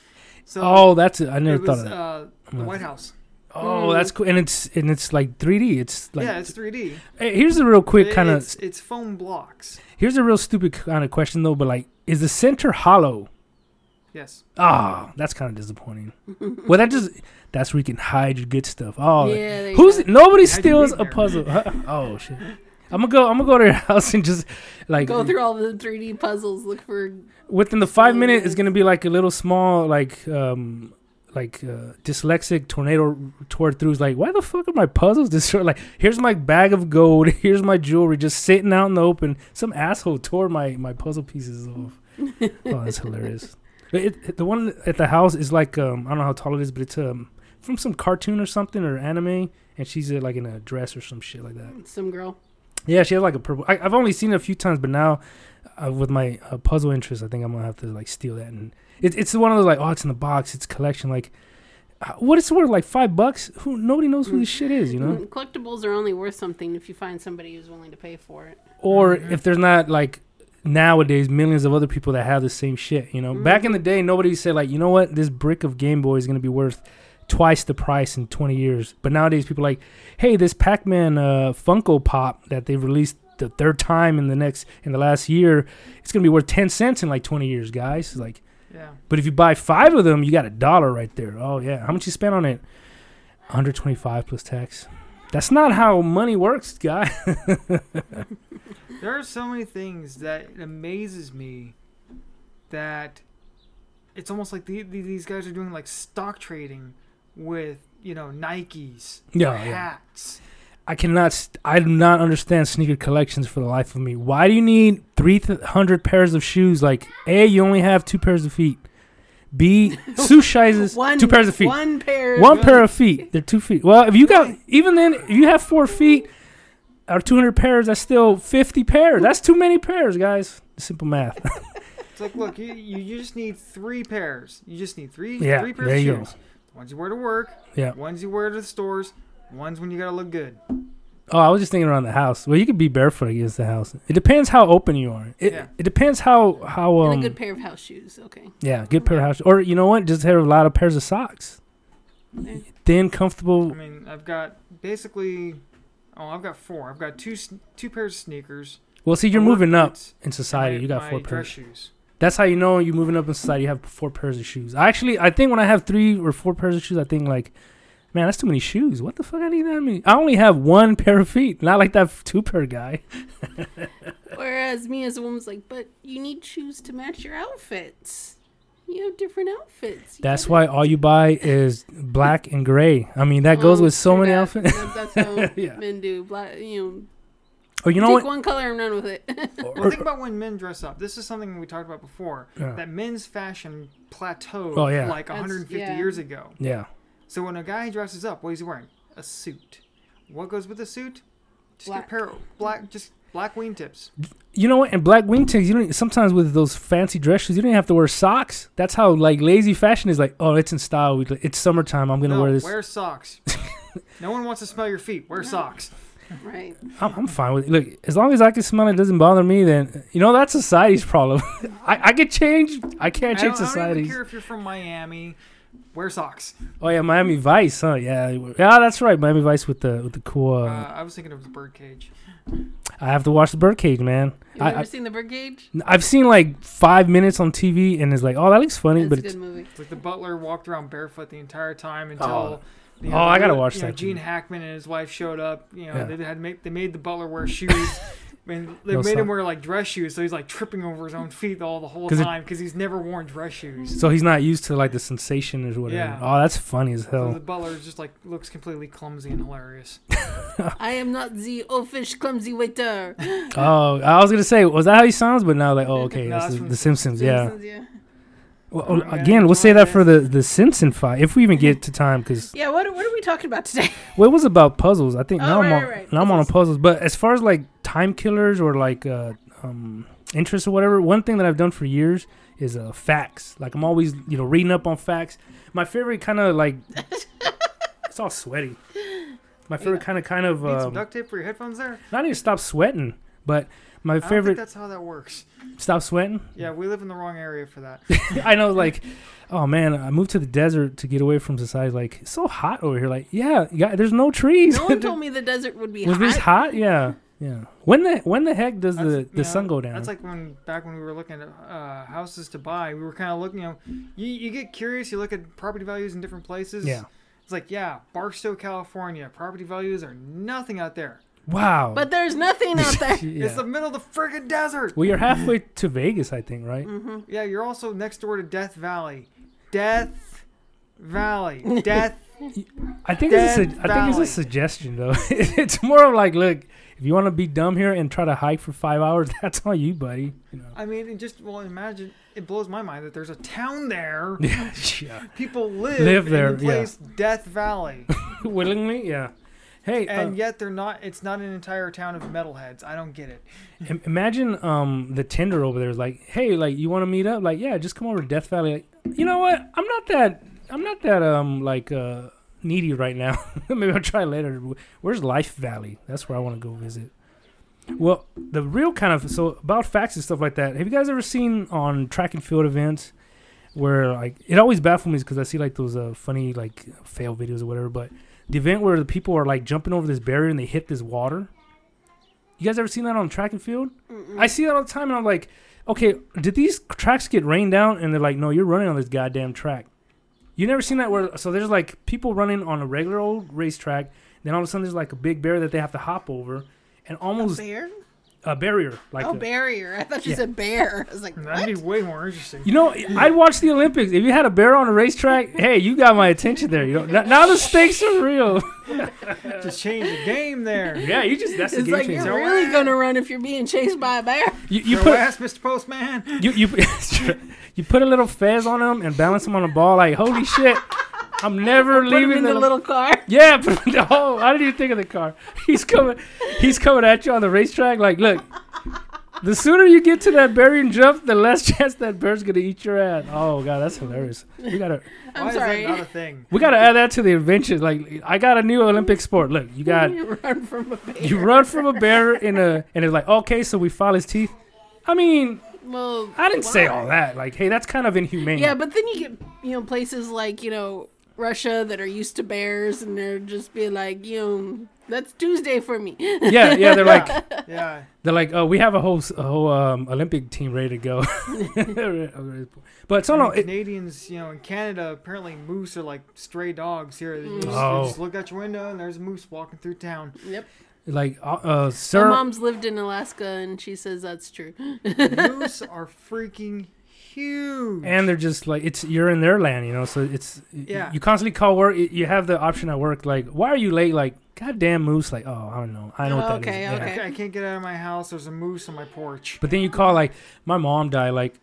[SPEAKER 2] So
[SPEAKER 1] oh, that's it. I
[SPEAKER 2] it
[SPEAKER 1] never thought
[SPEAKER 2] was
[SPEAKER 1] of that.
[SPEAKER 2] uh, the
[SPEAKER 1] gonna-
[SPEAKER 2] White House.
[SPEAKER 1] oh, that's cool. And it's and it's like 3D. It's like
[SPEAKER 2] yeah, it's 3D.
[SPEAKER 1] Hey, here's a real quick
[SPEAKER 2] It-
[SPEAKER 1] kind of
[SPEAKER 2] it's, it's foam blocks.
[SPEAKER 1] here's a real stupid kind of question though. But like, is the center hollow?
[SPEAKER 2] Yes.
[SPEAKER 1] Ah, that's kind of disappointing. well, that just that's where you can hide your good stuff. Oh,
[SPEAKER 3] Yeah, there you
[SPEAKER 1] who's
[SPEAKER 3] go.
[SPEAKER 1] nobody
[SPEAKER 2] How'd you
[SPEAKER 1] steals
[SPEAKER 2] get
[SPEAKER 1] a
[SPEAKER 2] there?
[SPEAKER 1] puzzle? Huh? oh shit! I'm gonna go. I'm gonna go to your house and just like
[SPEAKER 3] Go through all the 3D puzzles, look for.
[SPEAKER 1] within the five
[SPEAKER 3] Small
[SPEAKER 1] minute. It's
[SPEAKER 3] ones.
[SPEAKER 1] gonna be like a little small like um like uh, dyslexic tornado toward through. It's like why the fuck are my puzzles this short? Like here's my bag of gold. Here's my jewelry just sitting out in the open. Some asshole tore my my puzzle pieces off. oh, that's hilarious. But It, it- the one at the house is like um, I don't know how tall it is, but it's um, from some cartoon or something or anime, and she's uh, like in a dress or some shit like that.
[SPEAKER 3] Some girl.
[SPEAKER 1] Yeah, she has like a purple. I, I've only seen it a few times, but now uh, with my uh, puzzle interest, I think I'm gonna have to like steal that. And it, it's one of those like, oh, it's in the box, it's collection. Like, uh, what it's worth, like five bucks. Who nobody knows who this shit is, you know?
[SPEAKER 3] Mm, Collectibles are only worth something if you find somebody who's willing to pay for it.
[SPEAKER 1] Or if there's not like nowadays millions of other people that have the same shit, you know. Back in the day, nobody said like, you know what, this brick of Game Boy is gonna be worth twice the price in 20 years. But nowadays, people are like, hey, this Pac-Man uh, Funko Pop that they've released the third time in the next in the last year, it's gonna be worth 10 cents in like 20 years, guys. It's like,
[SPEAKER 2] Yeah.
[SPEAKER 1] but if you buy five of them, you got a dollar right there. Oh yeah, how much you spent on it? 125 plus tax. That's not how money works, guy.
[SPEAKER 2] There are so many things that amazes me that it's almost like the, the, these guys are doing like stock trading with, you know, Nikes,
[SPEAKER 1] Yeah, yeah.
[SPEAKER 2] hats.
[SPEAKER 1] I cannot. St- I do not understand sneaker collections for the life of me. Why do you need three hundred pairs of shoes? Like, a, you only have two pairs of feet. B, shoe sizes two pairs of feet. One,
[SPEAKER 3] One pair.
[SPEAKER 1] pair of feet. They're two feet. Well, if you got even then, if you have four feet or two hundred pairs, that's still fifty pairs. That's too many pairs, guys. Simple math.
[SPEAKER 2] It's like, look, you, you, you just need three pairs. You just need three
[SPEAKER 1] Yeah,
[SPEAKER 2] three pairs
[SPEAKER 1] there
[SPEAKER 2] of
[SPEAKER 1] you
[SPEAKER 2] shoes.
[SPEAKER 1] go.
[SPEAKER 2] Ones you wear to work,
[SPEAKER 1] yeah.
[SPEAKER 2] ones you wear to the stores, One's when you gotta look good.
[SPEAKER 1] Oh, I was just thinking around the house. Well, you could be barefoot against the house. It depends how open you are. It,
[SPEAKER 2] Yeah.
[SPEAKER 1] it depends how how um
[SPEAKER 3] and a good pair of house shoes. Okay.
[SPEAKER 1] yeah good pair of house or you know what just have a lot of pairs of socks.
[SPEAKER 3] Okay.
[SPEAKER 1] Thin,
[SPEAKER 2] I
[SPEAKER 1] comfortable.
[SPEAKER 2] mean, I've got basically, oh, I've got four. I've got two sn- two pairs of sneakers.
[SPEAKER 1] Well, see, you're
[SPEAKER 2] my work
[SPEAKER 1] moving up
[SPEAKER 2] boots,
[SPEAKER 1] in
[SPEAKER 2] and
[SPEAKER 1] society.
[SPEAKER 2] my-
[SPEAKER 1] You got
[SPEAKER 2] my
[SPEAKER 1] four
[SPEAKER 2] dress
[SPEAKER 1] pairs.
[SPEAKER 2] shoes.
[SPEAKER 1] That's how you know you're moving up in society. You have four pairs of shoes. I actually, I think when I have three or four pairs of shoes, I think like, man, that's too many shoes. What the fuck? I need that many. I only have one pair of feet. Not like that two pair guy.
[SPEAKER 3] Whereas me as a woman's like, but you need shoes to match your outfits. You have different outfits. You
[SPEAKER 1] That's
[SPEAKER 3] gotta-
[SPEAKER 1] why all you buy is black and gray. I mean, that
[SPEAKER 3] Oh,
[SPEAKER 2] Mm,
[SPEAKER 1] goes with so
[SPEAKER 3] true
[SPEAKER 1] many
[SPEAKER 3] that.
[SPEAKER 1] outfits.
[SPEAKER 3] That- That's how
[SPEAKER 1] Yeah.
[SPEAKER 3] men do. Black, you
[SPEAKER 1] Or you
[SPEAKER 3] know,
[SPEAKER 1] know
[SPEAKER 3] take
[SPEAKER 1] what?
[SPEAKER 3] one color and run with it.
[SPEAKER 1] Or-
[SPEAKER 2] Well, think about when men dress up. This is something we talked about before.
[SPEAKER 1] Yeah.
[SPEAKER 2] That men's fashion plateaued
[SPEAKER 1] Oh, yeah.
[SPEAKER 2] like
[SPEAKER 3] That's-
[SPEAKER 2] 150
[SPEAKER 3] yeah.
[SPEAKER 2] years ago.
[SPEAKER 1] yeah.
[SPEAKER 2] So when a guy dresses up, what is he wearing? A suit. What goes with a suit? Just get
[SPEAKER 3] Black.
[SPEAKER 2] a pair of black, just black wing tips.
[SPEAKER 1] You know what? And black wingtips. You don't sometimes with those fancy dress shoes. You don't have to wear socks. That's how like lazy fashion is. Like, oh, it's in style. We, it's summertime. I'm gonna
[SPEAKER 2] no,
[SPEAKER 1] wear this.
[SPEAKER 2] wear socks. no one wants to smell your feet. Wear socks.
[SPEAKER 3] right.
[SPEAKER 1] I'm, I'm fine with it. Look, as long as I can smell it, it doesn't bother me. Then you know that's society's problem. I, I could change. I
[SPEAKER 2] I
[SPEAKER 1] can't change
[SPEAKER 2] don't, I don't even
[SPEAKER 1] society.
[SPEAKER 2] care if you're from Miami. Wear socks.
[SPEAKER 1] Oh yeah, Miami Vice, huh? Yeah, yeah, that's right. Miami Vice with the with the cool. Uh,
[SPEAKER 2] Uh, I was thinking of the birdcage.
[SPEAKER 1] I have to watch the Birdcage, man.
[SPEAKER 3] You
[SPEAKER 1] I,
[SPEAKER 3] ever
[SPEAKER 1] I
[SPEAKER 3] seen the Birdcage?
[SPEAKER 1] I've seen like five minutes on TV and it's like, oh, that looks funny,
[SPEAKER 3] That's
[SPEAKER 1] but
[SPEAKER 3] a
[SPEAKER 1] it's,
[SPEAKER 3] good movie.
[SPEAKER 2] It's like the butler walked around barefoot the entire time until.
[SPEAKER 1] Oh.
[SPEAKER 2] you
[SPEAKER 1] Oh, I gotta
[SPEAKER 2] the-
[SPEAKER 1] watch
[SPEAKER 2] you know,
[SPEAKER 1] that too.
[SPEAKER 2] Gene Hackman and his wife showed up. You know,
[SPEAKER 1] Yeah.
[SPEAKER 2] they had made, they made the butler wear shoes. And they
[SPEAKER 1] No
[SPEAKER 2] made him
[SPEAKER 1] sock.
[SPEAKER 2] wear like dress shoes, so he's like tripping over his own feet all the whole
[SPEAKER 1] 'Cause it-
[SPEAKER 2] time because he's never worn dress shoes.
[SPEAKER 1] so he's not used to like the sensation or whatever.
[SPEAKER 2] Yeah.
[SPEAKER 1] Oh, that's funny as
[SPEAKER 2] So the
[SPEAKER 1] hell.
[SPEAKER 2] butler just like looks completely clumsy and hilarious.
[SPEAKER 1] uh,
[SPEAKER 3] I am not the oafish clumsy waiter.
[SPEAKER 1] Oh, I was gonna say, was that how he sounds? But now like, oh, okay,
[SPEAKER 2] No,
[SPEAKER 1] this
[SPEAKER 2] that's
[SPEAKER 1] is
[SPEAKER 2] from
[SPEAKER 1] The Simpsons, yeah.
[SPEAKER 3] Simpsons, yeah.
[SPEAKER 1] Well,
[SPEAKER 2] Oh,
[SPEAKER 1] oh,
[SPEAKER 2] yeah,
[SPEAKER 1] again, we'll
[SPEAKER 2] that's
[SPEAKER 1] say
[SPEAKER 2] what
[SPEAKER 1] that
[SPEAKER 2] it
[SPEAKER 1] for the the Simpson fight if we even get to time, because
[SPEAKER 3] Yeah, what, what are we talking about today?
[SPEAKER 1] Well, it was about puzzles. I think
[SPEAKER 3] Oh,
[SPEAKER 1] now I'm
[SPEAKER 3] right,
[SPEAKER 1] on,
[SPEAKER 3] right, right.
[SPEAKER 1] now I'm on a puzzles. But as far as like time killers or like uh, um, interests or whatever, one thing that I've done for years is uh, facts. Like I'm always you know reading up on facts. My favorite kind of like it's all sweaty. My favorite kind of kind of
[SPEAKER 2] Need some
[SPEAKER 1] um,
[SPEAKER 2] duct tape for your headphones there.
[SPEAKER 1] not even stop sweating, but my
[SPEAKER 2] I don't think
[SPEAKER 1] favorite
[SPEAKER 2] that's how that works.
[SPEAKER 1] stop sweating.
[SPEAKER 2] Yeah, we live in the wrong area for that.
[SPEAKER 1] I know, like, oh man, I moved to the desert to get away from society. Like, it's so hot over here. Like, yeah, yeah there's no trees.
[SPEAKER 3] No one told me the desert would be
[SPEAKER 1] Was
[SPEAKER 3] hot.
[SPEAKER 1] this hot? Yeah, yeah. When the when the heck does
[SPEAKER 2] That's-
[SPEAKER 1] the,
[SPEAKER 2] you
[SPEAKER 1] the sun
[SPEAKER 2] know,
[SPEAKER 1] go down?
[SPEAKER 2] That's like when back when we were looking at uh, houses to buy, we were kind of looking. You know, you, you get curious. You look at property values in different places.
[SPEAKER 1] yeah.
[SPEAKER 2] It's like yeah, Barstow, California, property values are nothing out there.
[SPEAKER 1] Wow.
[SPEAKER 3] But there's nothing out there.
[SPEAKER 1] yeah.
[SPEAKER 2] It's the middle of the friggin' desert.
[SPEAKER 1] well, you're halfway to Vegas, I think, right?
[SPEAKER 2] Yeah, you're also next door to Death Valley. Death Valley. Death.
[SPEAKER 1] I think it's a,
[SPEAKER 2] Death
[SPEAKER 1] su- I think it's
[SPEAKER 2] Valley.
[SPEAKER 1] a suggestion though. it's more of like, look, if you want to be dumb here and try to hike for five hours, that's on you, buddy. You know.
[SPEAKER 2] I mean, it just well, imagine it blows my mind that there's a town there.
[SPEAKER 1] Yeah, yeah.
[SPEAKER 2] People live,
[SPEAKER 1] Live there,
[SPEAKER 2] in the
[SPEAKER 1] yeah.
[SPEAKER 2] place Death Valley,
[SPEAKER 1] Willingly, yeah. Hey, uh,
[SPEAKER 2] and yet they're not. It's not an entire town of metalheads. I don't get it.
[SPEAKER 1] Im- Imagine um the Tinder over there is like, hey, like you want to meet up? Like, yeah, just come over to Death Valley. Like, you know what? I'm not that I'm not that um like uh needy right now. Maybe I'll try later. Where's Life Valley? That's where I want to go visit. Well, the real kind of so about facts and stuff like that. Have you guys ever seen on track and field events where like it always baffles me because I see like those uh, funny like fail videos or whatever, but the event where the people are like jumping over this barrier and they hit this water. You guys ever seen that on track and field? I see that all the time, and I'm like, okay, did these tracks get rained down? And they're like, no, you're running on this goddamn track. You never seen that where so there's like people running on a regular old racetrack, then all of a sudden there's like a big barrier that they have to hop over, and almost
[SPEAKER 3] Bear?
[SPEAKER 1] a barrier like
[SPEAKER 3] Oh,
[SPEAKER 1] a-
[SPEAKER 3] barrier. I thought you
[SPEAKER 1] Yeah.
[SPEAKER 3] said bear. I was like,
[SPEAKER 2] That'd
[SPEAKER 3] what?
[SPEAKER 2] be way more interesting.
[SPEAKER 1] You know, I'd watch the Olympics. If you had a bear on a racetrack, hey, you got my attention there. You know, now, now the stakes are real.
[SPEAKER 2] Just change the game there.
[SPEAKER 1] Yeah, you just that's the
[SPEAKER 3] It's
[SPEAKER 1] game
[SPEAKER 3] like
[SPEAKER 1] changer.
[SPEAKER 3] you're really gonna run if you're being chased by a bear.
[SPEAKER 1] You, you
[SPEAKER 2] You
[SPEAKER 1] put
[SPEAKER 2] ass, Mr. Postman.
[SPEAKER 1] you you, you put a little fez on him and balance him on a ball. Like holy shit, I'm never
[SPEAKER 3] Put him
[SPEAKER 1] leaving
[SPEAKER 3] in the little car.
[SPEAKER 1] Yeah, but no, I didn't even think of the car. He's coming. He's coming at you on the racetrack. Like, look, the sooner you get to that berry and jump, the less chance that bird's gonna eat your ass. Oh god, that's hilarious. We gotta
[SPEAKER 3] I'm
[SPEAKER 2] Why
[SPEAKER 3] sorry.
[SPEAKER 2] is that not a thing?
[SPEAKER 1] we gotta add that to the invention. Like I got a new Olympic sport. Look, you got
[SPEAKER 3] you run from a bear.
[SPEAKER 1] you run from a bear in a and it's like okay, so we file his teeth. I mean,
[SPEAKER 3] Well,
[SPEAKER 1] I didn't say
[SPEAKER 3] why?
[SPEAKER 1] all that. Like, hey, that's kind of inhumane.
[SPEAKER 3] Yeah, but then you get you know places like you know Russia that are used to bears, and they're just be like, you know, that's Tuesday for me.
[SPEAKER 1] yeah, yeah. They're like
[SPEAKER 2] Yeah.
[SPEAKER 1] They're like, oh, we have a whole, s- a whole um, Olympic team ready to go. but so
[SPEAKER 2] I mean,
[SPEAKER 1] no, it,
[SPEAKER 2] Canadians, you know, in Canada, apparently moose are like stray dogs here. You just, you
[SPEAKER 1] Oh.
[SPEAKER 2] just look out your window and there's a moose walking through town.
[SPEAKER 3] yep.
[SPEAKER 1] like, uh, uh,
[SPEAKER 3] My
[SPEAKER 1] Sir,
[SPEAKER 3] mom's lived in Alaska, and she says that's true.
[SPEAKER 2] moose are freaking huge.
[SPEAKER 1] and they're just like, it's you're in their land, you know. So it's
[SPEAKER 2] Yeah.
[SPEAKER 1] You constantly call work. y- You have the option at work, like, why are you late? Like, goddamn moose. Like, oh, I don't know. I know what that is.
[SPEAKER 3] Okay,
[SPEAKER 1] Yeah.
[SPEAKER 3] okay.
[SPEAKER 2] I ca- I can't get out of my house. There's a moose on my porch.
[SPEAKER 1] But then you call like, my mom died. Like,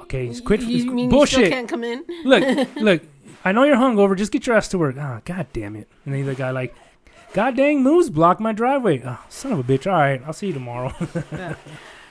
[SPEAKER 1] okay, it's quit
[SPEAKER 3] You mean you still
[SPEAKER 1] bullshit.
[SPEAKER 3] can't come in?
[SPEAKER 1] look, look. I know you're hungover. Just get your ass to work. Ah, god damn it. And then the guy like, god dang moose blocked my driveway. Oh, son of a bitch. All right, I'll see you tomorrow.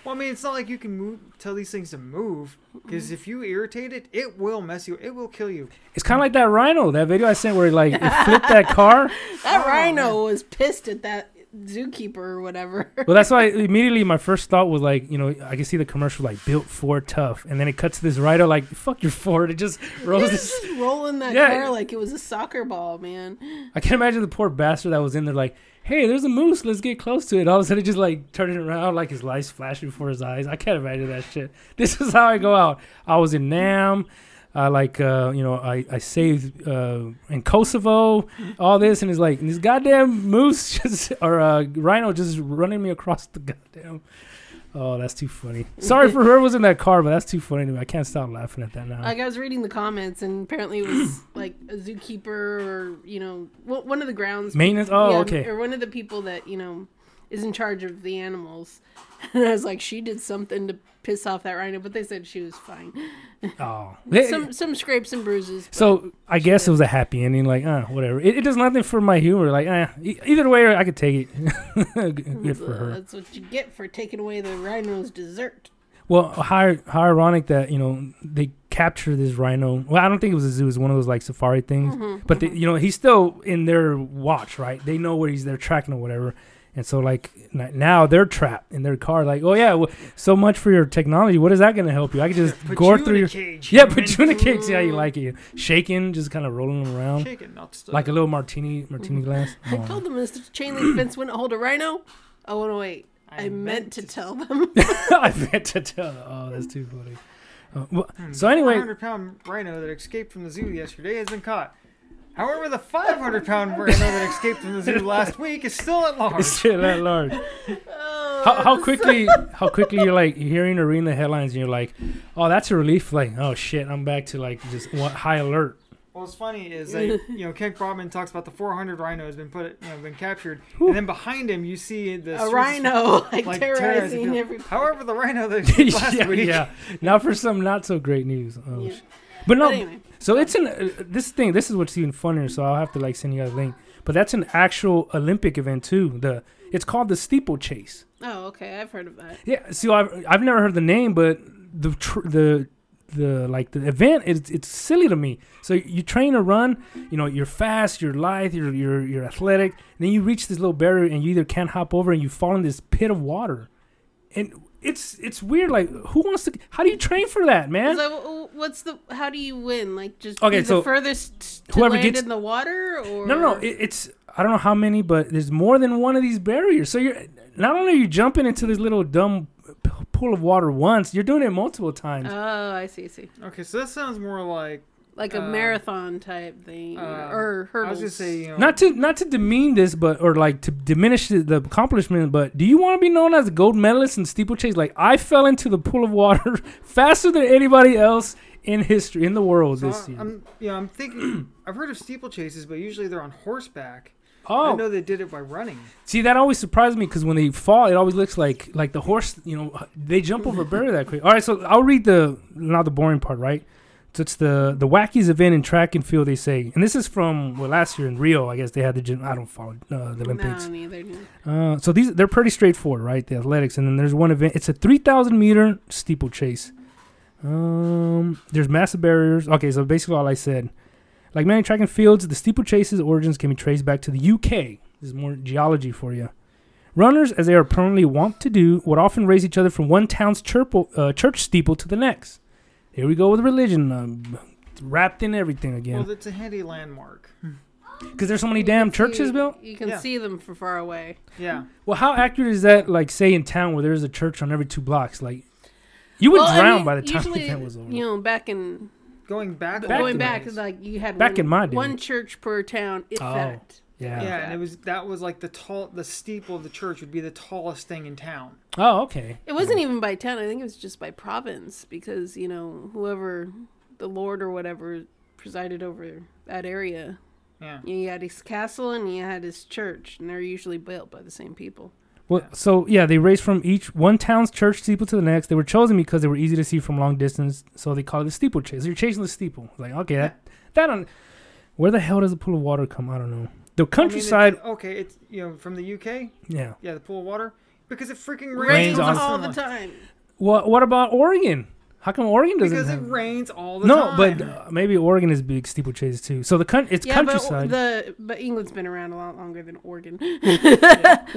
[SPEAKER 2] Well, I mean, it's not like you can move, tell these things to move, because if you irritate it, it will mess you. It will kill you.
[SPEAKER 1] It's kind of like that rhino, that video I sent where like it flipped that car.
[SPEAKER 3] That
[SPEAKER 2] Oh,
[SPEAKER 3] rhino was pissed at that zookeeper or whatever.
[SPEAKER 1] Well, that's why immediately my first thought was like, you know, I can see the commercial like built for tough, and then it cuts to this rhino like, fuck your Ford. It just rolls.
[SPEAKER 3] He was
[SPEAKER 1] Oh, This.
[SPEAKER 3] just rolling that
[SPEAKER 1] Yeah.
[SPEAKER 3] car like it was a soccer ball, man.
[SPEAKER 1] I can't imagine the poor bastard that was in there like, hey, there's a moose. Let's get close to it. All of a sudden, it just like turning around like his lights flashing before his eyes. I can't imagine that shit. This is how I go out. I was in Nam. I like uh, you know I I saved uh, in Kosovo all this and it's like and this goddamn moose just or uh, rhino just running me across the goddamn oh that's too funny sorry for whoever was in that car but that's too funny to me I can't stop laughing at that now
[SPEAKER 3] Like I was reading the comments, and apparently it was like a zookeeper or you know one one of the grounds.
[SPEAKER 1] maintenance oh
[SPEAKER 3] yeah, er,
[SPEAKER 1] okay
[SPEAKER 3] Or one of the people that you know is in charge of the animals. And I was like, she did something to piss off that rhino, but they said she was fine.
[SPEAKER 1] oh They-
[SPEAKER 3] Some some scrapes and bruises. but-
[SPEAKER 1] So I guess it was a happy ending. Like, uh, whatever. It, it does nothing for my humor. Like, uh, e- either way, I could take it. Good- Good for her.
[SPEAKER 3] That's what you get for taking away the rhino's dessert.
[SPEAKER 1] Well, how, how ironic that you know they capture this rhino. Well, I don't think it was a zoo. It was one of those like safari things. But they, you know, he's still in their watch, right? They know where he's. They're tracking or whatever. And so, like n- now, they're trapped in their car. Like, oh yeah, well, so much for your technology. What is that going to help you? I can just
[SPEAKER 2] Put
[SPEAKER 1] gore
[SPEAKER 2] you
[SPEAKER 1] through
[SPEAKER 2] in
[SPEAKER 1] your
[SPEAKER 2] a cage.
[SPEAKER 1] yeah, but tuna cakes. Yeah, you like it. Shaking, just kind of rolling them around.
[SPEAKER 2] Shake it, not stuff.
[SPEAKER 1] like a little martini martini glass.
[SPEAKER 3] I told them this chain link fence wouldn't hold a rhino. Oh no, wait. I, meant to tell them.
[SPEAKER 1] I meant to tell. Oh, that's too funny. Uh, well,
[SPEAKER 3] Hmm.
[SPEAKER 1] so anyway,
[SPEAKER 2] 500 pound rhino that escaped from the zoo yesterday has been caught. However, the 500 pound rhino that escaped from the zoo last week is still at large.
[SPEAKER 1] it's still at large.
[SPEAKER 3] Oh,
[SPEAKER 1] How, how
[SPEAKER 3] that's-
[SPEAKER 1] quickly how quickly you're like hearing or reading the headlines and you're like, oh, that's a relief. Like, oh shit, I'm back to like just what, high alert.
[SPEAKER 2] Well, what's funny is that you know Kent Broadman talks about the 400 rhino has been put, you know, been captured, and then behind him you see the
[SPEAKER 3] a
[SPEAKER 2] streets
[SPEAKER 3] rhino like,
[SPEAKER 2] like terrorizing
[SPEAKER 3] terrorizing
[SPEAKER 2] people.
[SPEAKER 3] every
[SPEAKER 2] However, the rhino that was last
[SPEAKER 1] yeah,
[SPEAKER 2] week,
[SPEAKER 1] yeah. Now for some not so great news. Oh,
[SPEAKER 3] Yeah.
[SPEAKER 1] sh- but no.
[SPEAKER 3] But anyway.
[SPEAKER 1] So it's an uh, this thing. This is what's even funnier. So I'll have to like send you guys a link. But that's an actual Olympic event too. The it's called the steeplechase.
[SPEAKER 3] Oh, okay. I've heard of that.
[SPEAKER 1] Yeah, see, I've I've never heard the name, but the tr- the the like the event it's it's silly to me. So you train to run, you know, you're fast, you're lithe, you're you're you're athletic, and then you reach this little barrier and you either can't hop over and you fall in this pit of water, and it's it's weird. Like, who wants to? How do you train for that, man?
[SPEAKER 3] So, w- what's the? How do you win? Like, just
[SPEAKER 1] Okay,
[SPEAKER 3] be the
[SPEAKER 1] so
[SPEAKER 3] furthest to
[SPEAKER 1] whoever
[SPEAKER 3] land
[SPEAKER 1] gets-
[SPEAKER 3] in the water, or
[SPEAKER 1] No, no, no. It, it's I don't know how many, but there's more than one of these barriers. So you're not only are you jumping into this little dumb p- pool of water once, you're doing it multiple times.
[SPEAKER 3] oh, I see, I see.
[SPEAKER 2] Okay, so that sounds more like
[SPEAKER 3] Like a
[SPEAKER 2] Um,
[SPEAKER 3] marathon type thing,
[SPEAKER 2] uh,
[SPEAKER 3] or
[SPEAKER 2] I was
[SPEAKER 3] hurdles.
[SPEAKER 2] gonna say, uh, you know,
[SPEAKER 1] not to not to demean this, but or like to diminish the, the accomplishment, but do you want to be known as a gold medalist in steeplechase? Like I fell into the pool of water faster than anybody else in history in the world
[SPEAKER 2] so
[SPEAKER 1] this
[SPEAKER 2] I,
[SPEAKER 1] year.
[SPEAKER 2] am yeah, I'm thinking. I've heard of steeplechases, but usually they're on horseback. I
[SPEAKER 1] oh,
[SPEAKER 2] know they did it by running.
[SPEAKER 1] see that always surprised me because when they fall, it always looks like like the horse. You know, they jump over a barrier that quick. All right, so I'll read the not the boring part, right? So it's the the wackiest event in track and field. They say, and this is from well last year in Rio. I guess they had the gym. I don't follow uh, the Olympics.
[SPEAKER 3] No, neither do.
[SPEAKER 1] Uh, so these they're pretty straightforward, right? The athletics, and then there's one event. It's a 3,000 meter steeplechase. Um, there's massive barriers. Okay, so basically all I said, like many track and fields, the steeplechase's origins can be traced back to the UK. This is more geology for you. Runners, as they are permanently wont to do, would often raise each other from one town's churple, uh, church steeple to the next. Here we go with religion, um, wrapped in everything
[SPEAKER 2] Well,
[SPEAKER 1] again.
[SPEAKER 2] that's a handy landmark.
[SPEAKER 1] Because there's so many damn churches
[SPEAKER 3] you,
[SPEAKER 1] built.
[SPEAKER 3] You can
[SPEAKER 2] Yeah.
[SPEAKER 3] see them from far away.
[SPEAKER 2] Yeah.
[SPEAKER 1] Well, how accurate is that? Like, say in town where there's a church on every two blocks, like you would
[SPEAKER 3] Well, I
[SPEAKER 1] drown
[SPEAKER 3] mean,
[SPEAKER 1] by the time the
[SPEAKER 3] usually,
[SPEAKER 1] event was over.
[SPEAKER 3] You know, back in
[SPEAKER 2] Going back.
[SPEAKER 1] Back
[SPEAKER 3] going
[SPEAKER 1] in
[SPEAKER 2] a
[SPEAKER 1] the
[SPEAKER 3] back,
[SPEAKER 2] ways.
[SPEAKER 3] like you had
[SPEAKER 1] Back
[SPEAKER 3] one,
[SPEAKER 1] in my day.
[SPEAKER 3] one church per town. If
[SPEAKER 1] Oh.
[SPEAKER 3] that,
[SPEAKER 1] yeah.
[SPEAKER 2] Yeah, and it was that was like the tall, the steeple of the church would be the tallest thing in town.
[SPEAKER 1] Oh, okay.
[SPEAKER 3] it wasn't even by town. I think it was just by province because you know whoever the lord or whatever presided over that area.
[SPEAKER 2] Yeah,
[SPEAKER 3] You had his castle and you had his church, and they're usually built by the same people.
[SPEAKER 1] Well, so yeah, they raced from each one town's church steeple to the next. They were chosen because they were easy to see from long distance, so they call it the steeple chase. You're chasing the steeple. Like, okay, that that on where the hell does a pool of water come? I don't know. The
[SPEAKER 2] I mean, it's-
[SPEAKER 1] countryside,
[SPEAKER 2] okay, it's you know from the UK.
[SPEAKER 1] yeah.
[SPEAKER 2] Yeah, the pool of water because it freaking rains,
[SPEAKER 3] Rains
[SPEAKER 1] on-
[SPEAKER 3] all the
[SPEAKER 2] time.
[SPEAKER 3] time.
[SPEAKER 1] What what about Oregon? How come Oregon doesn't?
[SPEAKER 2] Because it
[SPEAKER 1] have-
[SPEAKER 2] rains all the
[SPEAKER 1] no,
[SPEAKER 2] time.
[SPEAKER 1] but uh, maybe Oregon is big steeplechase too. So the coun- it's
[SPEAKER 3] Yeah, but
[SPEAKER 1] countryside.
[SPEAKER 3] the but England's been around a lot longer than Oregon.
[SPEAKER 1] Well,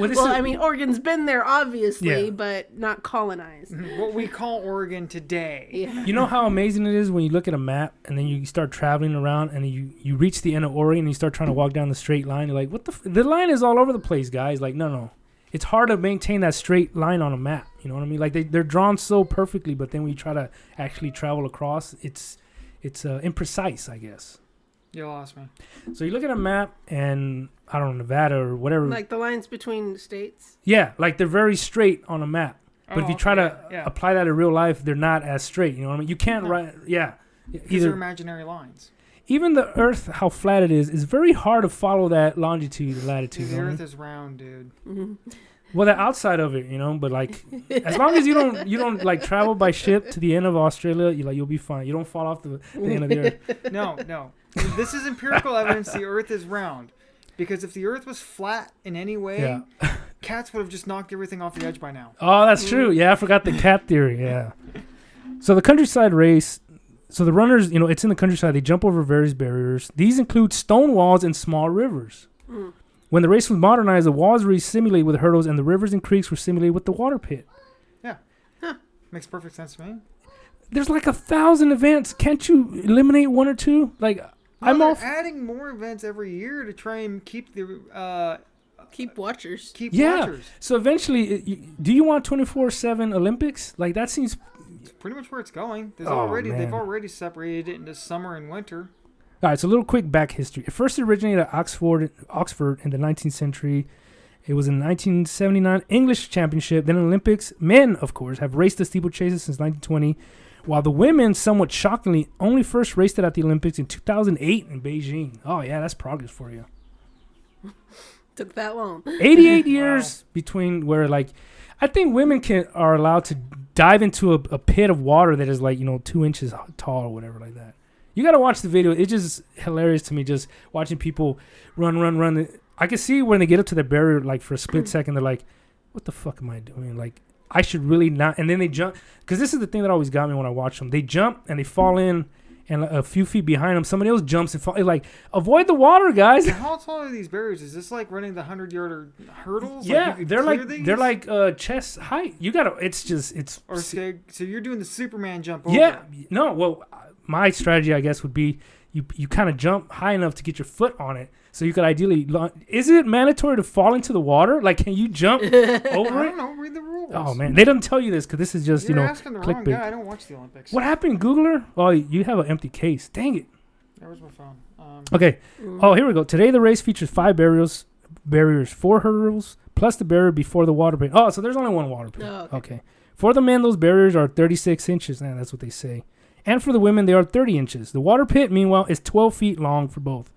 [SPEAKER 1] this
[SPEAKER 3] well,
[SPEAKER 1] is-
[SPEAKER 3] I mean, Oregon's been there obviously,
[SPEAKER 1] Yeah.
[SPEAKER 3] but not colonized.
[SPEAKER 2] what we call Oregon today.
[SPEAKER 3] Yeah.
[SPEAKER 1] You know how amazing it is when you look at a map and then you start traveling around and you, you reach the end of Oregon and you start trying to walk down the straight line. You're like, what the? F-? The line is all over the place, guys. Like, no, no. It's hard to maintain that straight line on a map. You know what I mean? Like, they, they're drawn so perfectly, but then when you try to actually travel across, it's it's uh, imprecise, I guess.
[SPEAKER 2] You lost me.
[SPEAKER 1] So you look at a map and, I don't know, Nevada or whatever.
[SPEAKER 3] Like the lines between states.
[SPEAKER 1] yeah, like they're very straight on a map. But if
[SPEAKER 2] Oh,
[SPEAKER 1] you try
[SPEAKER 2] okay,
[SPEAKER 1] to
[SPEAKER 2] yeah,
[SPEAKER 1] apply that in real life, they're not as straight. You know what I mean? You can't
[SPEAKER 2] No.
[SPEAKER 1] write, yeah.
[SPEAKER 2] yeah. these are imaginary lines.
[SPEAKER 1] even the Earth, how flat it is, is very hard to follow that longitude and latitude.
[SPEAKER 2] Dude,
[SPEAKER 1] you
[SPEAKER 2] the
[SPEAKER 1] know what I
[SPEAKER 2] Earth
[SPEAKER 1] mean?
[SPEAKER 2] is round, dude.
[SPEAKER 3] Mm-hmm.
[SPEAKER 1] Well, the outside of it, you know, but like as long as you don't you don't like travel by ship to the end of Australia, you like you'll be fine. You don't fall off the, the end of the Earth.
[SPEAKER 2] No, no. this is empirical evidence. The Earth is round. Because if the Earth was flat in any way,
[SPEAKER 1] Yeah.
[SPEAKER 2] cats would have just knocked everything off the edge by now.
[SPEAKER 1] Oh, that's true. Yeah, I forgot the cat theory. Yeah. So the countryside race. So the runners, you know, it's in the countryside. They jump over various barriers. These include stone walls and small rivers.
[SPEAKER 3] Mm.
[SPEAKER 1] When the race was modernized, the walls were simulated with hurdles, and the rivers and creeks were simulated with the water pit.
[SPEAKER 2] Makes perfect sense to me.
[SPEAKER 1] there's like a thousand events. Can't you eliminate one or two? Like I'm
[SPEAKER 2] Well,
[SPEAKER 1] off.
[SPEAKER 2] they're adding more events every year to try and keep the uh,
[SPEAKER 3] Keep watchers.
[SPEAKER 2] keep
[SPEAKER 1] Yeah.
[SPEAKER 2] watchers.
[SPEAKER 1] So eventually, it, you, do you want 24/7 Olympics? Like that seems.
[SPEAKER 2] It's pretty much where it's going. There's
[SPEAKER 1] Oh,
[SPEAKER 2] already
[SPEAKER 1] man.
[SPEAKER 2] they've already separated it into summer and winter.
[SPEAKER 1] All right. So a little quick back history. It first originated at Oxford, Oxford in the 19th century. It was in 1979 English Championship, then Olympics. Men, of course, have raced the steeplechases since 1920, while the women, somewhat shockingly, only first raced it at the Olympics in 2008 in Beijing. Oh yeah, that's progress for you.
[SPEAKER 3] Took that long.
[SPEAKER 1] 88 years between where like i think women can are allowed to dive into a, a pit of water that is like you know two inches h- tall or whatever like that you gotta watch the video it's just hilarious to me just watching people run run run i can see when they get up to the barrier like for a split second they're like what the fuck am i doing like i should really not and then they jump because this is the thing that always got me when i watch them they jump and they fall in and a few feet behind them somebody else jumps and fall like avoid the water guys
[SPEAKER 2] And how tall are these barriers? Is this like running the hundred yarder hurdles?
[SPEAKER 1] Yeah,
[SPEAKER 2] you could
[SPEAKER 1] they're
[SPEAKER 2] clear
[SPEAKER 1] like
[SPEAKER 2] these?
[SPEAKER 1] they're like uh chest height. You gotta. It's just it's.
[SPEAKER 2] Or so, so you're doing the Superman jump over.
[SPEAKER 1] yeah. No. Well, uh, my strategy, I guess, would be you you kind of jump high enough to get your foot on it, so you could ideally. lo- Is it mandatory to fall into the water? Like, can you jump
[SPEAKER 2] I
[SPEAKER 1] over
[SPEAKER 2] don't
[SPEAKER 1] it?
[SPEAKER 2] know. Read the rules.
[SPEAKER 1] Oh man, they don't tell you this because this is just
[SPEAKER 2] you're
[SPEAKER 1] you know
[SPEAKER 2] asking the wrong
[SPEAKER 1] clickbait.
[SPEAKER 2] guy. I don't watch the Olympics.
[SPEAKER 1] What happened, Googler? Oh, you have an empty case. Dang it.
[SPEAKER 2] There was my phone. Um,
[SPEAKER 1] Okay. Oh, here we go. Today the race features five barriers, barriers, four hurdles, plus the barrier before the water pit. Oh, so there's only one water pit.
[SPEAKER 3] Oh, okay.
[SPEAKER 1] For the men, those barriers are 36 inches. Nah, that's what they say. And for the women, they are 30 inches. The water pit, meanwhile, is 12 feet long for both.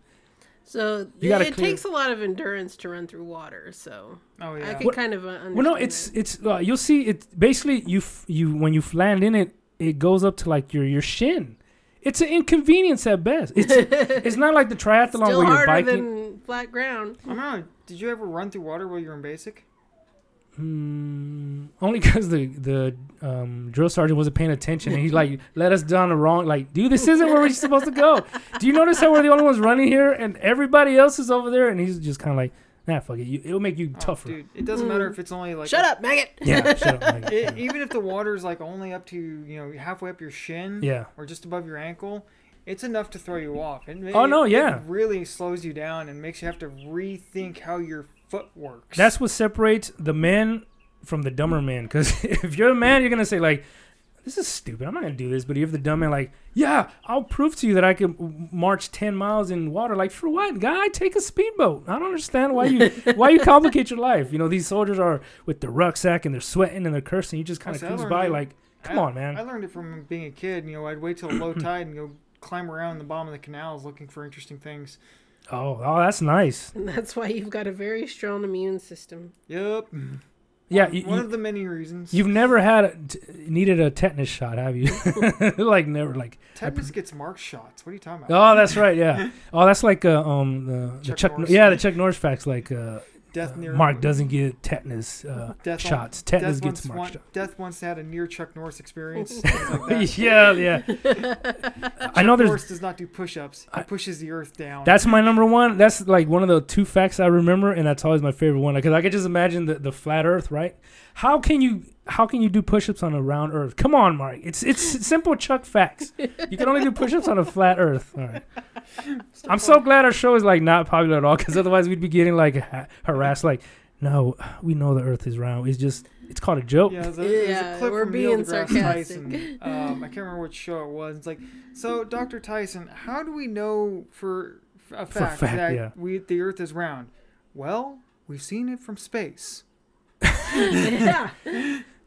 [SPEAKER 3] So
[SPEAKER 1] You gotta
[SPEAKER 3] it
[SPEAKER 1] clear-
[SPEAKER 3] takes a lot of endurance to run through water. So
[SPEAKER 2] oh
[SPEAKER 3] I
[SPEAKER 2] yeah.
[SPEAKER 3] can
[SPEAKER 1] What-
[SPEAKER 3] kind of uh, understand.
[SPEAKER 1] Well, no, it's it's uh, you'll see. It basically you f- you when you land in it, it goes up to like your your shin. It's an inconvenience at best. It's it's not like the triathlon
[SPEAKER 3] Still
[SPEAKER 1] where you're
[SPEAKER 3] harder
[SPEAKER 1] biking.
[SPEAKER 3] than flat ground.
[SPEAKER 2] I don't know. Did you ever run through water while you were in basic?
[SPEAKER 1] Mm, only because the the um, drill sergeant wasn't paying attention and he like led us down the wrong. Like, dude, this isn't where we're supposed to go. Do you notice how we're the only ones running here and everybody else is over there? And he's just kind of like, nah, fuck it. You, it'll make you
[SPEAKER 2] Oh,
[SPEAKER 1] tougher.
[SPEAKER 2] dude, it doesn't matter
[SPEAKER 3] Mm.
[SPEAKER 2] if it's only like
[SPEAKER 3] Shut up, maggot.
[SPEAKER 1] Yeah, shut up, Mike.
[SPEAKER 2] It, even if the water's like only up to you know halfway up your shin
[SPEAKER 1] yeah.
[SPEAKER 2] or just above your ankle, it's enough to throw you off. And
[SPEAKER 1] Oh, no, yeah.
[SPEAKER 2] it really slows you down and makes you have to rethink how your foot works.
[SPEAKER 1] That's what separates the men from the dumber man. Because if you're a man, you're gonna say like, "This is stupid. I'm not gonna do this." But if you're the dumb man, like, "Yeah, I'll prove to you that I can w- march 10 miles in water." Like for what, guy? Take a speedboat. I don't understand why you why you complicate your life. You know, these soldiers are with their rucksack and they're sweating and they're cursing. You just kind of
[SPEAKER 2] Listen, I
[SPEAKER 1] cruise
[SPEAKER 2] learned
[SPEAKER 1] by
[SPEAKER 2] it.
[SPEAKER 1] like, "Come
[SPEAKER 2] I-
[SPEAKER 1] on, man."
[SPEAKER 2] I learned it from being a kid. You know, I'd wait till low tide and go climb around the bottom of the canals looking for interesting things.
[SPEAKER 1] oh, oh, that's nice.
[SPEAKER 3] And that's why you've got a very strong immune system.
[SPEAKER 1] Yeah,
[SPEAKER 2] Yep.
[SPEAKER 1] you,
[SPEAKER 2] One
[SPEAKER 1] you,
[SPEAKER 2] of the many reasons.
[SPEAKER 1] you've never had a, t- needed a tetanus shot, have you? like never, like.
[SPEAKER 2] Tetanus gets mark shots. What are you talking about?
[SPEAKER 1] Oh, that's right. Yeah. Oh, that's like uh, um the the
[SPEAKER 2] Chuck
[SPEAKER 1] Chuck.
[SPEAKER 2] Norris.
[SPEAKER 1] yeah, the Chuck Norris facts. Like uh,
[SPEAKER 2] Death
[SPEAKER 1] uh,
[SPEAKER 2] near
[SPEAKER 1] Mark doesn't get tetanus uh,
[SPEAKER 2] Death on-
[SPEAKER 1] shots. Tetanus
[SPEAKER 2] Death
[SPEAKER 1] gets
[SPEAKER 2] once,
[SPEAKER 1] Mark
[SPEAKER 2] want-
[SPEAKER 1] shots.
[SPEAKER 2] Death once had a near Chuck Norris experience. things like that.
[SPEAKER 1] yeah, yeah. I know Oh, there's.
[SPEAKER 2] Norris does not do push-ups. He
[SPEAKER 1] I-
[SPEAKER 2] pushes the earth down.
[SPEAKER 1] That's my number one. That's like one of the two facts I remember, and that's always my favorite one. Because I could just imagine the, the flat Earth, right? How can you how can you do push-ups on a round Earth? Come on, Mark. It's it's simple Chuck facts. You can only do push-ups on a flat Earth. All right. I'm so glad our show is like not popular at all because otherwise we'd be getting like ha- harassed. Like, no, we know the Earth is round. It's just it's called a joke.
[SPEAKER 2] yeah, there's a, there's a
[SPEAKER 3] Yeah,
[SPEAKER 2] clip
[SPEAKER 3] we're
[SPEAKER 2] from Neil
[SPEAKER 3] being
[SPEAKER 2] deGrasse
[SPEAKER 3] sarcastic.
[SPEAKER 2] Tyson. Um, I can't remember which show it was. It's like, so Dr. Tyson, how do we know for f- a
[SPEAKER 1] For
[SPEAKER 2] fact,
[SPEAKER 1] fact,
[SPEAKER 2] that
[SPEAKER 1] yeah.
[SPEAKER 2] we the Earth is round? Well, we've seen it from space.
[SPEAKER 3] yeah.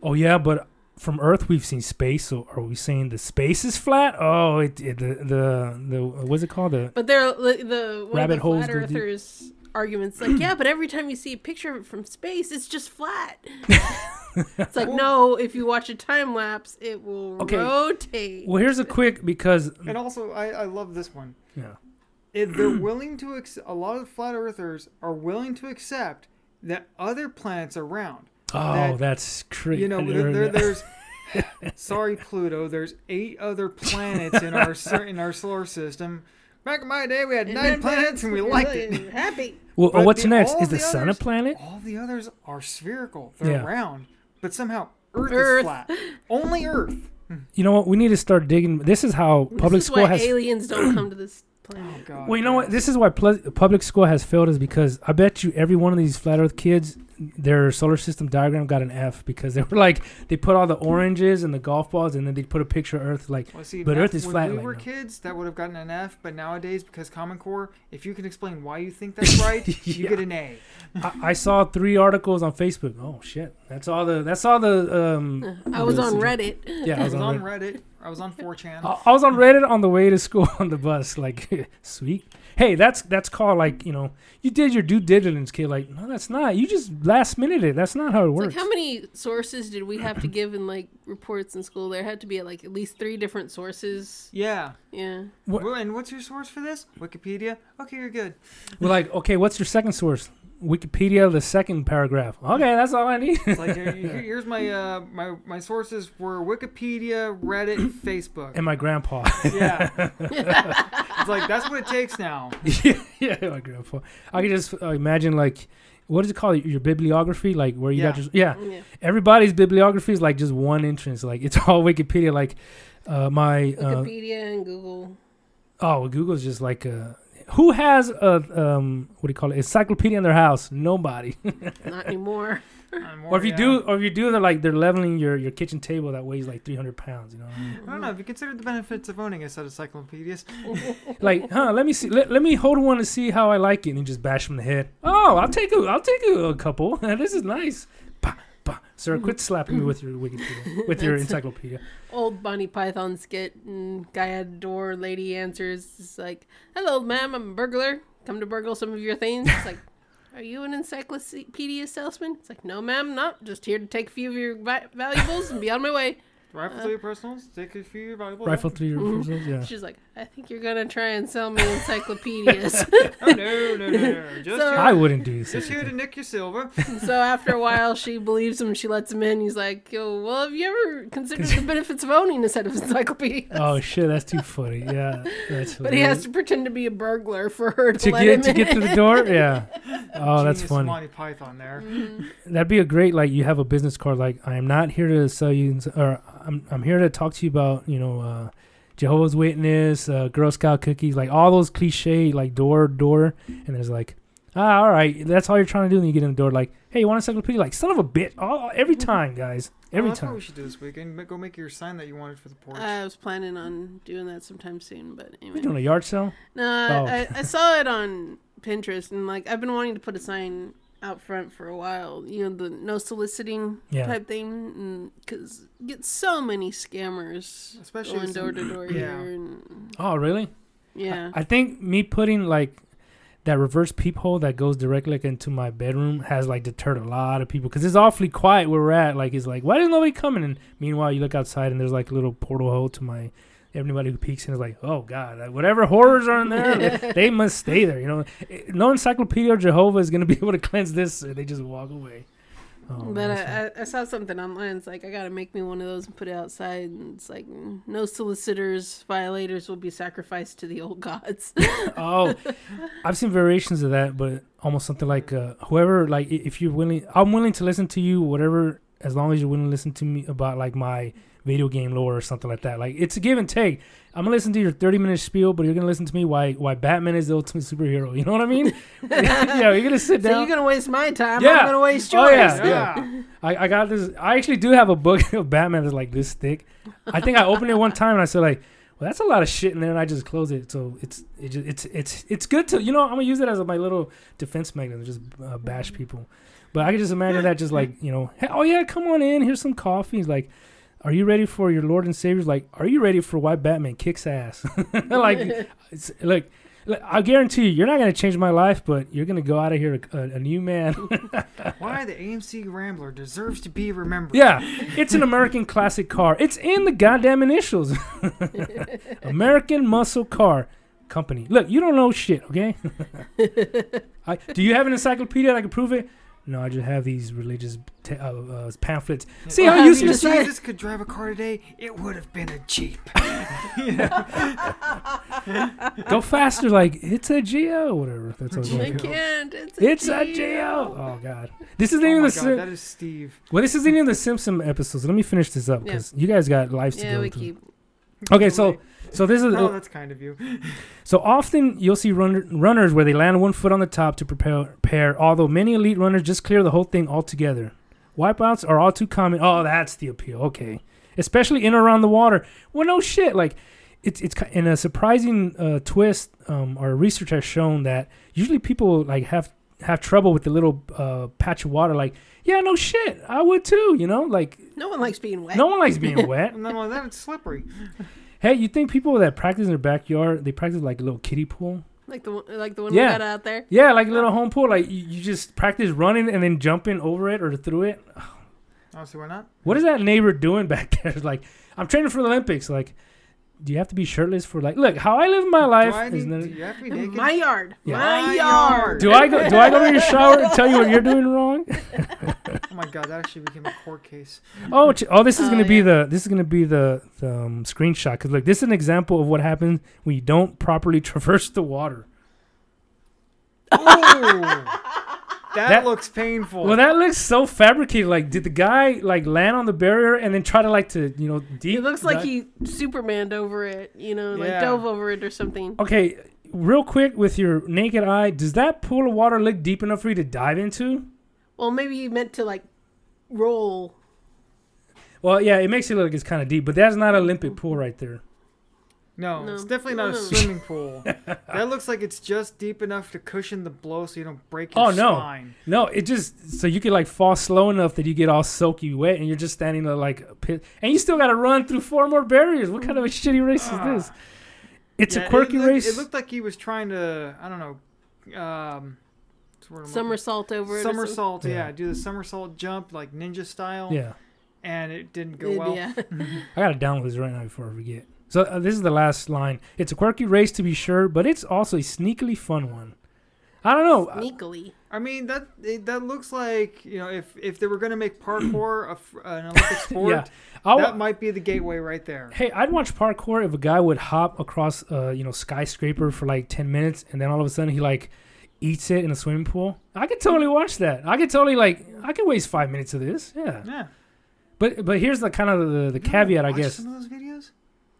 [SPEAKER 1] Oh yeah, but from Earth we've seen space. So are we saying the space is flat? Oh, it, it the the the what's it called the
[SPEAKER 3] But they're li- the one
[SPEAKER 1] Rabbit
[SPEAKER 3] of the
[SPEAKER 1] holes
[SPEAKER 3] flat
[SPEAKER 1] go deep.
[SPEAKER 3] earthers arguments like, yeah, but every time you see a picture of it from space, it's just flat. it's like, no, if you watch a time lapse, it will
[SPEAKER 1] Okay.
[SPEAKER 3] rotate.
[SPEAKER 1] Well, here's a quick because
[SPEAKER 2] And also, I, I love this one.
[SPEAKER 1] yeah.
[SPEAKER 2] If they're willing to, ac- a lot of flat earthers are willing to accept that other planets are round.
[SPEAKER 1] Oh,
[SPEAKER 2] That-
[SPEAKER 1] that's crazy.
[SPEAKER 2] you know there, there- there's sorry pluto there's eight other planets in our cer- in our solar system back in my day we had
[SPEAKER 3] And
[SPEAKER 2] nine
[SPEAKER 3] then
[SPEAKER 2] planets and we liked it
[SPEAKER 3] Happy.
[SPEAKER 1] well,
[SPEAKER 2] but
[SPEAKER 1] what's
[SPEAKER 2] the-
[SPEAKER 1] next?
[SPEAKER 2] all
[SPEAKER 1] Is the,
[SPEAKER 2] the
[SPEAKER 1] sun a
[SPEAKER 2] others-
[SPEAKER 1] planet?
[SPEAKER 2] all the others are spherical they're
[SPEAKER 1] Yeah.
[SPEAKER 2] round but somehow earth, is
[SPEAKER 3] Earth.
[SPEAKER 2] flat only earth
[SPEAKER 1] You know what? We need to start digging. This is how public
[SPEAKER 3] this is
[SPEAKER 1] school
[SPEAKER 3] why
[SPEAKER 1] has.
[SPEAKER 3] aliens don't come to this
[SPEAKER 2] oh
[SPEAKER 3] planet.
[SPEAKER 2] god
[SPEAKER 1] well, you know what? This is why pl- public school has failed is because I bet you every one of these flat Earth kids, their solar system diagram got an F because they were like they put all the oranges and the golf balls and then they put a picture of Earth like
[SPEAKER 2] Well, see,
[SPEAKER 1] But
[SPEAKER 2] now-
[SPEAKER 1] Earth is
[SPEAKER 2] when
[SPEAKER 1] flat
[SPEAKER 2] we
[SPEAKER 1] right
[SPEAKER 2] were
[SPEAKER 1] now.
[SPEAKER 2] kids, that would have gotten an F, but nowadays, because Common Core, if you can explain why you think that's right, you
[SPEAKER 1] Yeah.
[SPEAKER 2] get an A.
[SPEAKER 1] I, I saw three articles on Facebook. Oh shit! That's all the that's all the um.
[SPEAKER 3] Uh, I was on
[SPEAKER 1] the-
[SPEAKER 3] Reddit.
[SPEAKER 1] Yeah,
[SPEAKER 2] I was on Reddit. I was on 4chan.
[SPEAKER 1] I I was on Reddit on the way to school on the bus. Like, sweet. Hey, that's that's called like you know you did your due diligence, kid. Like, no, that's not. You just last minute it. That's not how it
[SPEAKER 3] It's
[SPEAKER 1] works.
[SPEAKER 3] Like how many sources did we have to give in like reports in school? There had to be like at least three different sources.
[SPEAKER 2] yeah.
[SPEAKER 3] Yeah.
[SPEAKER 1] What-
[SPEAKER 2] Well, and what's your source for this? Wikipedia? Okay, you're good.
[SPEAKER 1] We're like, okay, what's your second source? Wikipedia, the second paragraph. Okay, that's all I need.
[SPEAKER 2] It's like here- here- here's my uh my my sources were Wikipedia, Reddit, Facebook.
[SPEAKER 1] And my grandpa.
[SPEAKER 2] Yeah, it's like that's what it takes now.
[SPEAKER 1] yeah, my grandpa. I can just uh, imagine like, what is it called? Your bibliography, like where you got
[SPEAKER 2] Yeah.
[SPEAKER 1] your yeah.
[SPEAKER 3] Yeah.
[SPEAKER 1] everybody's bibliography is like just one entrance. Like it's all Wikipedia. Like uh, my uh,
[SPEAKER 3] Wikipedia and Google.
[SPEAKER 1] oh, Google's just like a. Who has a um what do you call it encyclopedia in their house? Nobody.
[SPEAKER 3] Not anymore.
[SPEAKER 2] I'm more-
[SPEAKER 1] or if you
[SPEAKER 2] yeah.
[SPEAKER 1] do, or if you do, they're like they're leveling your your kitchen table that weighs like three hundred pounds. You know, what I mean?
[SPEAKER 2] I don't know. Have you considered the benefits of owning a set of encyclopedias?
[SPEAKER 1] like huh? Let me see. Let, let me hold one to see how I like it, and just bash him in the head. Oh, I'll take a I'll take a, a couple. this is nice. Bah, bah. Sir,
[SPEAKER 3] Mm-hmm.
[SPEAKER 1] quit slapping me with your Wikipedia, with your encyclopedia.
[SPEAKER 3] Old Bonnie Python skit and guy at the door, lady answers it's like, Hello ma'am, I'm a burglar. Come to burgle some of your things. It's like Are you an encyclopedia salesman? It's like, no, ma'am, not. Just here to take a few of your vi- valuables and be on my way.
[SPEAKER 2] Rifle through your personals. Take a few valuable.
[SPEAKER 1] Rifle through your
[SPEAKER 3] Mm-hmm.
[SPEAKER 1] personals. Yeah.
[SPEAKER 3] She's like, I think you're gonna try and sell me encyclopedias.
[SPEAKER 2] Oh no, no, no, no! Just
[SPEAKER 3] So-
[SPEAKER 2] here,
[SPEAKER 1] I wouldn't do
[SPEAKER 2] just
[SPEAKER 1] such a
[SPEAKER 2] here to
[SPEAKER 1] thing.
[SPEAKER 2] nick your silver.
[SPEAKER 3] so after a while, she believes him. She lets him in. He's like, Yo, well, have you ever considered the benefits of owning a set of encyclopedias?
[SPEAKER 1] Oh shit, that's too funny. Yeah, that's.
[SPEAKER 3] But he has
[SPEAKER 1] hilarious.
[SPEAKER 3] to pretend to be a burglar for her to,
[SPEAKER 1] to
[SPEAKER 3] let him
[SPEAKER 1] get to
[SPEAKER 3] in.
[SPEAKER 1] get through the door. Yeah. Oh, that's
[SPEAKER 2] Genius
[SPEAKER 1] funny.
[SPEAKER 2] Monty Python there.
[SPEAKER 3] Mm-hmm.
[SPEAKER 1] That'd be a great like you have a business card like I am not here to sell you ins- or I'm I'm here to talk to you about you know uh, Jehovah's Witness, uh, Girl Scout cookies, like all those cliche like door door, and it's like ah all right that's all you're trying to do. And you get in the door like hey you want a encyclopedia like son of a bit all every time guys
[SPEAKER 2] Well,
[SPEAKER 1] every
[SPEAKER 2] Oh, that's what
[SPEAKER 1] time
[SPEAKER 2] we should do this weekend. Ma- Go make your sign that you wanted for the porch.
[SPEAKER 3] I was planning on doing that sometime soon, but
[SPEAKER 1] you
[SPEAKER 3] anyway.
[SPEAKER 1] doing a yard sale
[SPEAKER 3] No,
[SPEAKER 1] Oh.
[SPEAKER 3] I, I saw it on Pinterest, and like I've been wanting to put a sign out front for a while. You know, the no soliciting
[SPEAKER 1] Yeah.
[SPEAKER 3] type thing, because get so many scammers
[SPEAKER 2] Especially
[SPEAKER 3] going
[SPEAKER 2] some-
[SPEAKER 3] door to door
[SPEAKER 2] yeah.
[SPEAKER 3] here, and
[SPEAKER 1] oh really
[SPEAKER 3] yeah.
[SPEAKER 1] I think me putting like that reverse peephole that goes directly like, into my bedroom has like deterred a lot of people because it's awfully quiet where we're at. Like it's like why isn't nobody coming? And meanwhile, you look outside and there's like a little portal hole to my. Everybody who peeks in is like, oh god, like, whatever horrors are in there, they must stay there. You know, Eh, no encyclopedia of Jehovah is gonna be able to cleanse this. And they just walk away. Oh,
[SPEAKER 3] but
[SPEAKER 1] man,
[SPEAKER 3] I,
[SPEAKER 1] that's
[SPEAKER 3] I, I saw something online. It's like I gotta make me one of those and put it outside. And it's like mm, no solicitors, violators will be sacrificed to the old gods.
[SPEAKER 1] oh, I've seen variations of that, but almost something like uh, whoever, like i- if you're willing, I'm willing to listen to you, whatever, as long as you're willing to listen to me about like my video game lore or something like that. Like it's a give and take. I'm gonna listen to your 30 minute spiel, but you're gonna listen to me why why Batman is the ultimate superhero. You know what I mean? yeah, you're gonna sit
[SPEAKER 3] so
[SPEAKER 1] down.
[SPEAKER 3] you're gonna waste my time.
[SPEAKER 1] Yeah.
[SPEAKER 3] I'm gonna waste
[SPEAKER 1] Oh,
[SPEAKER 3] yours.
[SPEAKER 1] yeah. I, I got this. I actually do have a book of Batman that's like this thick. I think I opened it one time and I said like, "Well, that's a lot of shit in there," and I just closed it. So it's it just, it's it's it's good to you know I'm gonna use it as my little defense mechanism, just uh, bash people. But I can just imagine that just like you know, hey, oh yeah, come on in. Here's some coffee. He's like. Are you ready for your Lord and Savior's? Like, are you ready for why Batman kicks ass? like, it's, look, look, I guarantee you, you're not gonna change my life, but you're gonna go out of here a, a, a new man.
[SPEAKER 2] Why the AMC Rambler deserves to be remembered.
[SPEAKER 1] Yeah, it's an American classic car. It's in the goddamn initials. American Muscle Car Company. Look, you don't know shit, okay? I, do you have an encyclopedia that can prove it? No, I just have these religious t- uh, uh, pamphlets. See
[SPEAKER 2] Well,
[SPEAKER 1] how
[SPEAKER 2] if
[SPEAKER 1] you
[SPEAKER 2] Jesus
[SPEAKER 1] decide.
[SPEAKER 2] could drive a car today, it would have been a Jeep.
[SPEAKER 1] Go faster, like it's a Geo, whatever. That's what I was
[SPEAKER 3] I
[SPEAKER 1] going for.
[SPEAKER 3] can't. It's a
[SPEAKER 1] It's a Geo. Oh God, this isn't
[SPEAKER 2] Oh
[SPEAKER 1] even
[SPEAKER 2] my
[SPEAKER 1] the
[SPEAKER 2] God,
[SPEAKER 1] Sim-
[SPEAKER 2] that is Steve.
[SPEAKER 1] well. This isn't even the Simpson episodes. Let me finish this up
[SPEAKER 3] Yeah.
[SPEAKER 1] because you guys got lives to
[SPEAKER 3] Yeah,
[SPEAKER 1] go
[SPEAKER 3] we
[SPEAKER 1] through.
[SPEAKER 3] keep.
[SPEAKER 1] Okay, so so this is
[SPEAKER 2] Oh, that's kind of you.
[SPEAKER 1] So often you'll see runner, runners where they land one foot on the top to prepare, prepare, although many elite runners just clear the whole thing altogether. Wipeouts are all too common. Oh, that's the appeal. Okay. Especially in or around the water. Well, no shit. Like, it's, it's ki- in a surprising uh, twist. Um, our research has shown that usually people like have have trouble with the little uh, patch of water. Like, yeah, no shit, I would too. You know, like
[SPEAKER 3] No one likes being wet.
[SPEAKER 1] no one likes being wet.
[SPEAKER 2] And then on that, it's slippery.
[SPEAKER 1] Hey, you think people that practice in their backyard they practice like a little kiddie pool?
[SPEAKER 3] Like the one- like the one
[SPEAKER 1] Yeah.
[SPEAKER 3] we got out there.
[SPEAKER 1] Yeah, like a little home pool. Like you, you just practice running and then jumping over it or through it.
[SPEAKER 2] Honestly, why not?
[SPEAKER 1] What is that neighbor doing back there? Like I'm training for the Olympics. Like, do you have to be shirtless for like? Look, how I live my
[SPEAKER 2] do, I
[SPEAKER 1] life is.
[SPEAKER 2] need, do
[SPEAKER 1] None,
[SPEAKER 2] you have to be naked?
[SPEAKER 3] My yard.
[SPEAKER 1] Yeah.
[SPEAKER 2] My
[SPEAKER 3] My yard.
[SPEAKER 1] do I go? Do I go to your shower and tell you what you're doing wrong?
[SPEAKER 2] Oh my God, that actually became a court case.
[SPEAKER 1] Oh, ch- oh, this is
[SPEAKER 3] Oh,
[SPEAKER 1] gonna be
[SPEAKER 3] yeah.
[SPEAKER 1] the this is gonna be the, the um, screenshot because look, this is an example of what happens when you don't properly traverse the water.
[SPEAKER 2] Oh, that,
[SPEAKER 1] That-
[SPEAKER 2] looks painful.
[SPEAKER 1] Well, that looks so fabricated. Like, did the guy like land on the barrier and then try to like to you know? Deep,
[SPEAKER 3] It looks like
[SPEAKER 1] dive-
[SPEAKER 3] he Supermaned over it, you know, like
[SPEAKER 2] Yeah.
[SPEAKER 3] dove over it or something.
[SPEAKER 1] Okay, real quick with your naked eye, does that pool of water look deep enough for you to dive into?
[SPEAKER 3] Well, maybe he meant to like roll.
[SPEAKER 1] Well, yeah, it makes it look like it's kind of deep, but that's not an Olympic pool right there.
[SPEAKER 2] no,
[SPEAKER 3] No.
[SPEAKER 2] it's definitely not a
[SPEAKER 3] No.
[SPEAKER 2] swimming pool. that looks like it's just deep enough to cushion the blow so you don't break your
[SPEAKER 1] Oh, no.
[SPEAKER 2] spine.
[SPEAKER 1] No, it just so you could like fall slow enough that you get all soaky wet and you're just standing there like a pit, and you still got to run through four more barriers. What kind of a shitty race is this? It's
[SPEAKER 2] Yeah,
[SPEAKER 1] a quirky
[SPEAKER 2] it looked,
[SPEAKER 1] race.
[SPEAKER 2] It looked like he was trying to, I don't know, um, what's the word I'm looking
[SPEAKER 3] Somersault over it. or something.
[SPEAKER 2] somersault,
[SPEAKER 1] Yeah.
[SPEAKER 2] yeah. do the somersault jump like ninja style.
[SPEAKER 1] yeah.
[SPEAKER 2] and it didn't go well.
[SPEAKER 3] Yeah.
[SPEAKER 1] I gotta download this right now before I forget. So uh, this is the last line. It's a quirky race to be sure, but it's also a sneakily fun one. I don't know. I-
[SPEAKER 3] Sneakily.
[SPEAKER 2] I mean that it, that looks like you know if if they were gonna make parkour a f an Olympic sport,
[SPEAKER 1] Yeah, Oh. I'll,
[SPEAKER 2] that might be the gateway right there.
[SPEAKER 1] hey, I'd watch parkour if a guy would hop across, uh, you know, skyscraper for like ten minutes, and then all of a sudden he like eats it in a swimming pool. I could totally watch that. I could totally like. I could waste five minutes of this. Yeah.
[SPEAKER 2] Yeah.
[SPEAKER 1] But but here's the kind of the, the
[SPEAKER 2] You know,
[SPEAKER 1] caveat, I
[SPEAKER 2] watch
[SPEAKER 1] guess.
[SPEAKER 2] Some of those videos.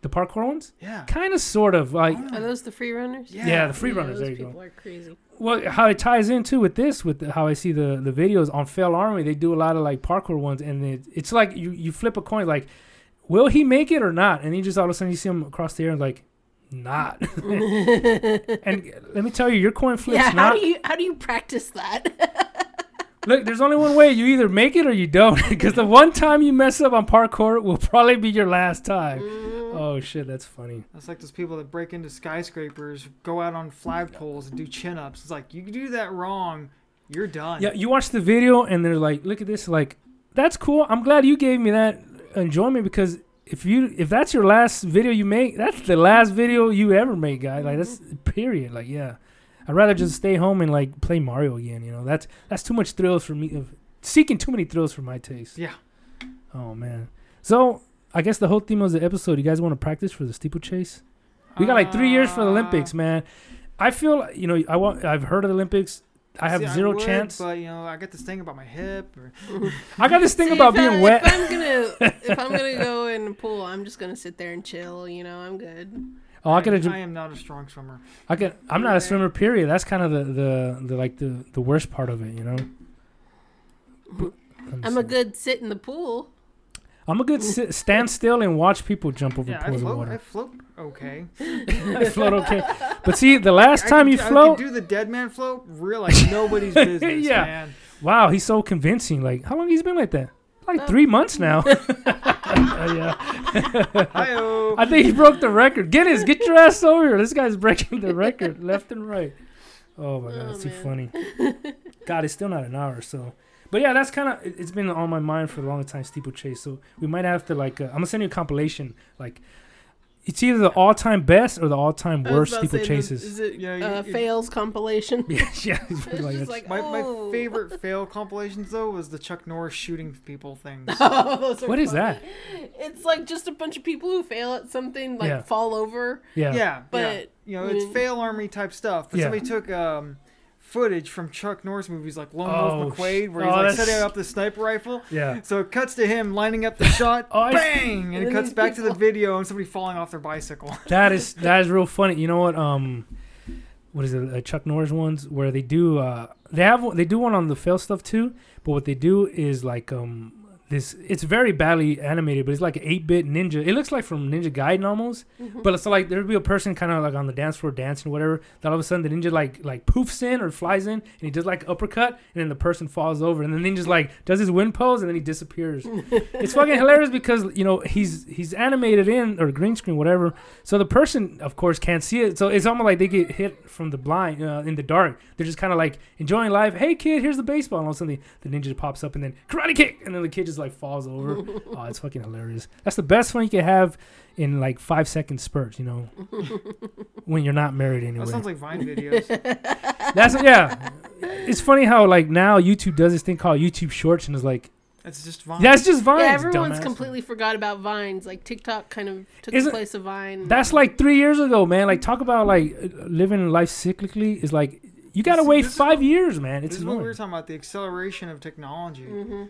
[SPEAKER 1] The parkour ones,
[SPEAKER 2] Yeah.
[SPEAKER 1] kind of, sort of like.
[SPEAKER 2] Oh.
[SPEAKER 3] Are those the free runners?
[SPEAKER 2] Yeah.
[SPEAKER 1] Yeah, the free runners.
[SPEAKER 3] Those
[SPEAKER 1] There you go.
[SPEAKER 3] people are crazy.
[SPEAKER 1] well how it ties into with this with how i see the the videos on fail army they do a lot of like parkour ones and it, it's like you you flip a coin like will he make it or not and you just all of a sudden you see him across the air and like not and let me tell you your coin flips
[SPEAKER 3] yeah. How
[SPEAKER 1] not
[SPEAKER 3] do you how do you practice that?
[SPEAKER 1] look there's only one way you either make it or you don't because the one time you mess up on parkour will probably be your last time
[SPEAKER 3] Mm,
[SPEAKER 1] oh shit that's funny
[SPEAKER 2] That's like those people that break into skyscrapers, go out on flagpoles, and do chin ups. It's like you do that wrong, you're done.
[SPEAKER 1] Yeah, you watch the video and they're like, "Look at this! Like, that's cool. I'm glad you gave me that enjoyment because if you if that's your last video you make, that's the last video you ever make, guy. Like, that's period. Like, yeah, I'd rather just stay home and like play Mario again. You know, that's that's too much thrills for me. Of seeking too many thrills for my taste.
[SPEAKER 2] Yeah.
[SPEAKER 1] Oh man. So I guess the whole theme of the episode. You guys want to practice for the steeplechase? We got like three years for the Olympics,
[SPEAKER 2] Uh,
[SPEAKER 1] man. I feel you know I want. I've heard of the Olympics. I have
[SPEAKER 2] see,
[SPEAKER 1] zero
[SPEAKER 2] would,
[SPEAKER 1] chance.
[SPEAKER 2] But you know, I got this thing about my hip. Or,
[SPEAKER 1] I got this thing
[SPEAKER 3] See,
[SPEAKER 1] about
[SPEAKER 3] if I-
[SPEAKER 1] being wet.
[SPEAKER 3] If I'm gonna if I'm gonna go in a pool, I'm just gonna sit there and chill. You know, I'm good.
[SPEAKER 1] Oh, I could.
[SPEAKER 2] I am not a strong swimmer.
[SPEAKER 1] I could. I'm not a
[SPEAKER 3] Okay.
[SPEAKER 1] swimmer. Period. That's kind of the, the, the like the, the worst part of it, you know. But- let me
[SPEAKER 3] I'm a
[SPEAKER 1] see.
[SPEAKER 3] good sit in the pool.
[SPEAKER 1] I'm a good sit, stand still and watch people jump over
[SPEAKER 2] Yeah, I
[SPEAKER 1] pools of
[SPEAKER 2] float. I
[SPEAKER 1] water.
[SPEAKER 2] float okay.
[SPEAKER 1] I float okay, but see, the last
[SPEAKER 2] I
[SPEAKER 1] time
[SPEAKER 2] can
[SPEAKER 1] you
[SPEAKER 2] do- I
[SPEAKER 1] float,
[SPEAKER 2] can do the dead man float. Real like nobody's business,
[SPEAKER 1] Yeah.
[SPEAKER 2] man.
[SPEAKER 1] wow, he's so convincing. Like, how long he's been like that?
[SPEAKER 3] Uh,
[SPEAKER 1] Like three months now. yeah,
[SPEAKER 2] Hi-oh.
[SPEAKER 1] I think he broke the record. Guinness, get your ass over here. This guy's breaking the record left and right. Oh my god,
[SPEAKER 3] Oh,
[SPEAKER 1] it's too
[SPEAKER 3] man.
[SPEAKER 1] funny. God, it's still not an hour, so. But yeah, that's kind of it- it's been on my mind for a long time. Steeplechase, so we might have to like uh, I'm gonna send you a compilation. Like, it's either the all-time best or the all-time
[SPEAKER 3] I was
[SPEAKER 1] worst
[SPEAKER 3] about to say,
[SPEAKER 1] steeplechases.
[SPEAKER 3] Is it
[SPEAKER 2] Yeah, you-
[SPEAKER 3] uh,
[SPEAKER 2] you-
[SPEAKER 3] fails compilation?
[SPEAKER 1] yeah, yeah, it's
[SPEAKER 3] It's
[SPEAKER 1] like
[SPEAKER 3] just
[SPEAKER 1] that.
[SPEAKER 3] like,
[SPEAKER 2] My,
[SPEAKER 3] oh.
[SPEAKER 2] my favorite fail compilations though was the Chuck Norris shooting people things.
[SPEAKER 3] Oh, those are
[SPEAKER 1] What is
[SPEAKER 3] funny.
[SPEAKER 1] that?
[SPEAKER 3] It's like just a bunch of people who fail at something, like
[SPEAKER 1] Yeah.
[SPEAKER 3] fall over.
[SPEAKER 1] yeah,
[SPEAKER 2] yeah, yeah.
[SPEAKER 3] But,
[SPEAKER 2] you know it's
[SPEAKER 3] mm.
[SPEAKER 2] fail army type stuff. But
[SPEAKER 1] Yeah.
[SPEAKER 2] somebody took um, footage from Chuck Norris movies like Lone
[SPEAKER 1] Oh,
[SPEAKER 2] Wolf
[SPEAKER 1] sh-
[SPEAKER 2] McQuade, where
[SPEAKER 1] oh,
[SPEAKER 2] he's like
[SPEAKER 1] that's-
[SPEAKER 2] setting up the sniper rifle.
[SPEAKER 1] yeah.
[SPEAKER 2] So it cuts to him lining up the shot,
[SPEAKER 1] Oh, I-
[SPEAKER 2] bang,
[SPEAKER 3] And
[SPEAKER 2] and it
[SPEAKER 3] then
[SPEAKER 2] cuts
[SPEAKER 3] these
[SPEAKER 2] back to the
[SPEAKER 3] people-
[SPEAKER 2] video and somebody falling off their bicycle.
[SPEAKER 1] That is that is real funny. You know what? Um, what is it? Uh, Chuck Norris ones where they do uh they have one- they do one on the fail stuff too. But what they do is like um this it's very badly animated, but it's like an eight bit ninja. It looks like from Ninja Gaiden almost.
[SPEAKER 3] Mm-hmm.
[SPEAKER 1] But it's like there'd be a person kind of like on the dance floor dancing or whatever. That all of a sudden the ninja like like poofs in or flies in and he does like uppercut and then the person falls over and then ninja's like does his wind pose and then he disappears. it's fucking hilarious because you know he's he's animated in or green screen whatever. So the person of course can't see it. So it's almost like they get hit from the blind uh, in the dark. They're just kind of like enjoying life. Hey kid, here's the baseball. And all of a sudden the, the ninja pops up and then karate kick and then the kid just like falls over. oh, it's fucking hilarious. That's the best one you can have in like five second spurts, you know, when you're not married anyway.
[SPEAKER 2] That sounds like Vine videos.
[SPEAKER 1] That's yeah. It's funny how like now YouTube does this thing called YouTube Shorts and it's like
[SPEAKER 2] it's just Vine.
[SPEAKER 1] that's just Vine.
[SPEAKER 3] yeah, everyone's completely forgot about Vines. Like TikTok kind of took
[SPEAKER 1] Isn't-
[SPEAKER 3] the place of Vine.
[SPEAKER 1] That's like three years ago, man. Like talk about like living life cyclically is like you gotta
[SPEAKER 2] This-
[SPEAKER 1] wait
[SPEAKER 2] this is
[SPEAKER 1] five years, man. It's
[SPEAKER 2] this is what we
[SPEAKER 1] annoying.
[SPEAKER 2] were talking about the acceleration of technology.
[SPEAKER 1] Mm,
[SPEAKER 3] Mm-hmm.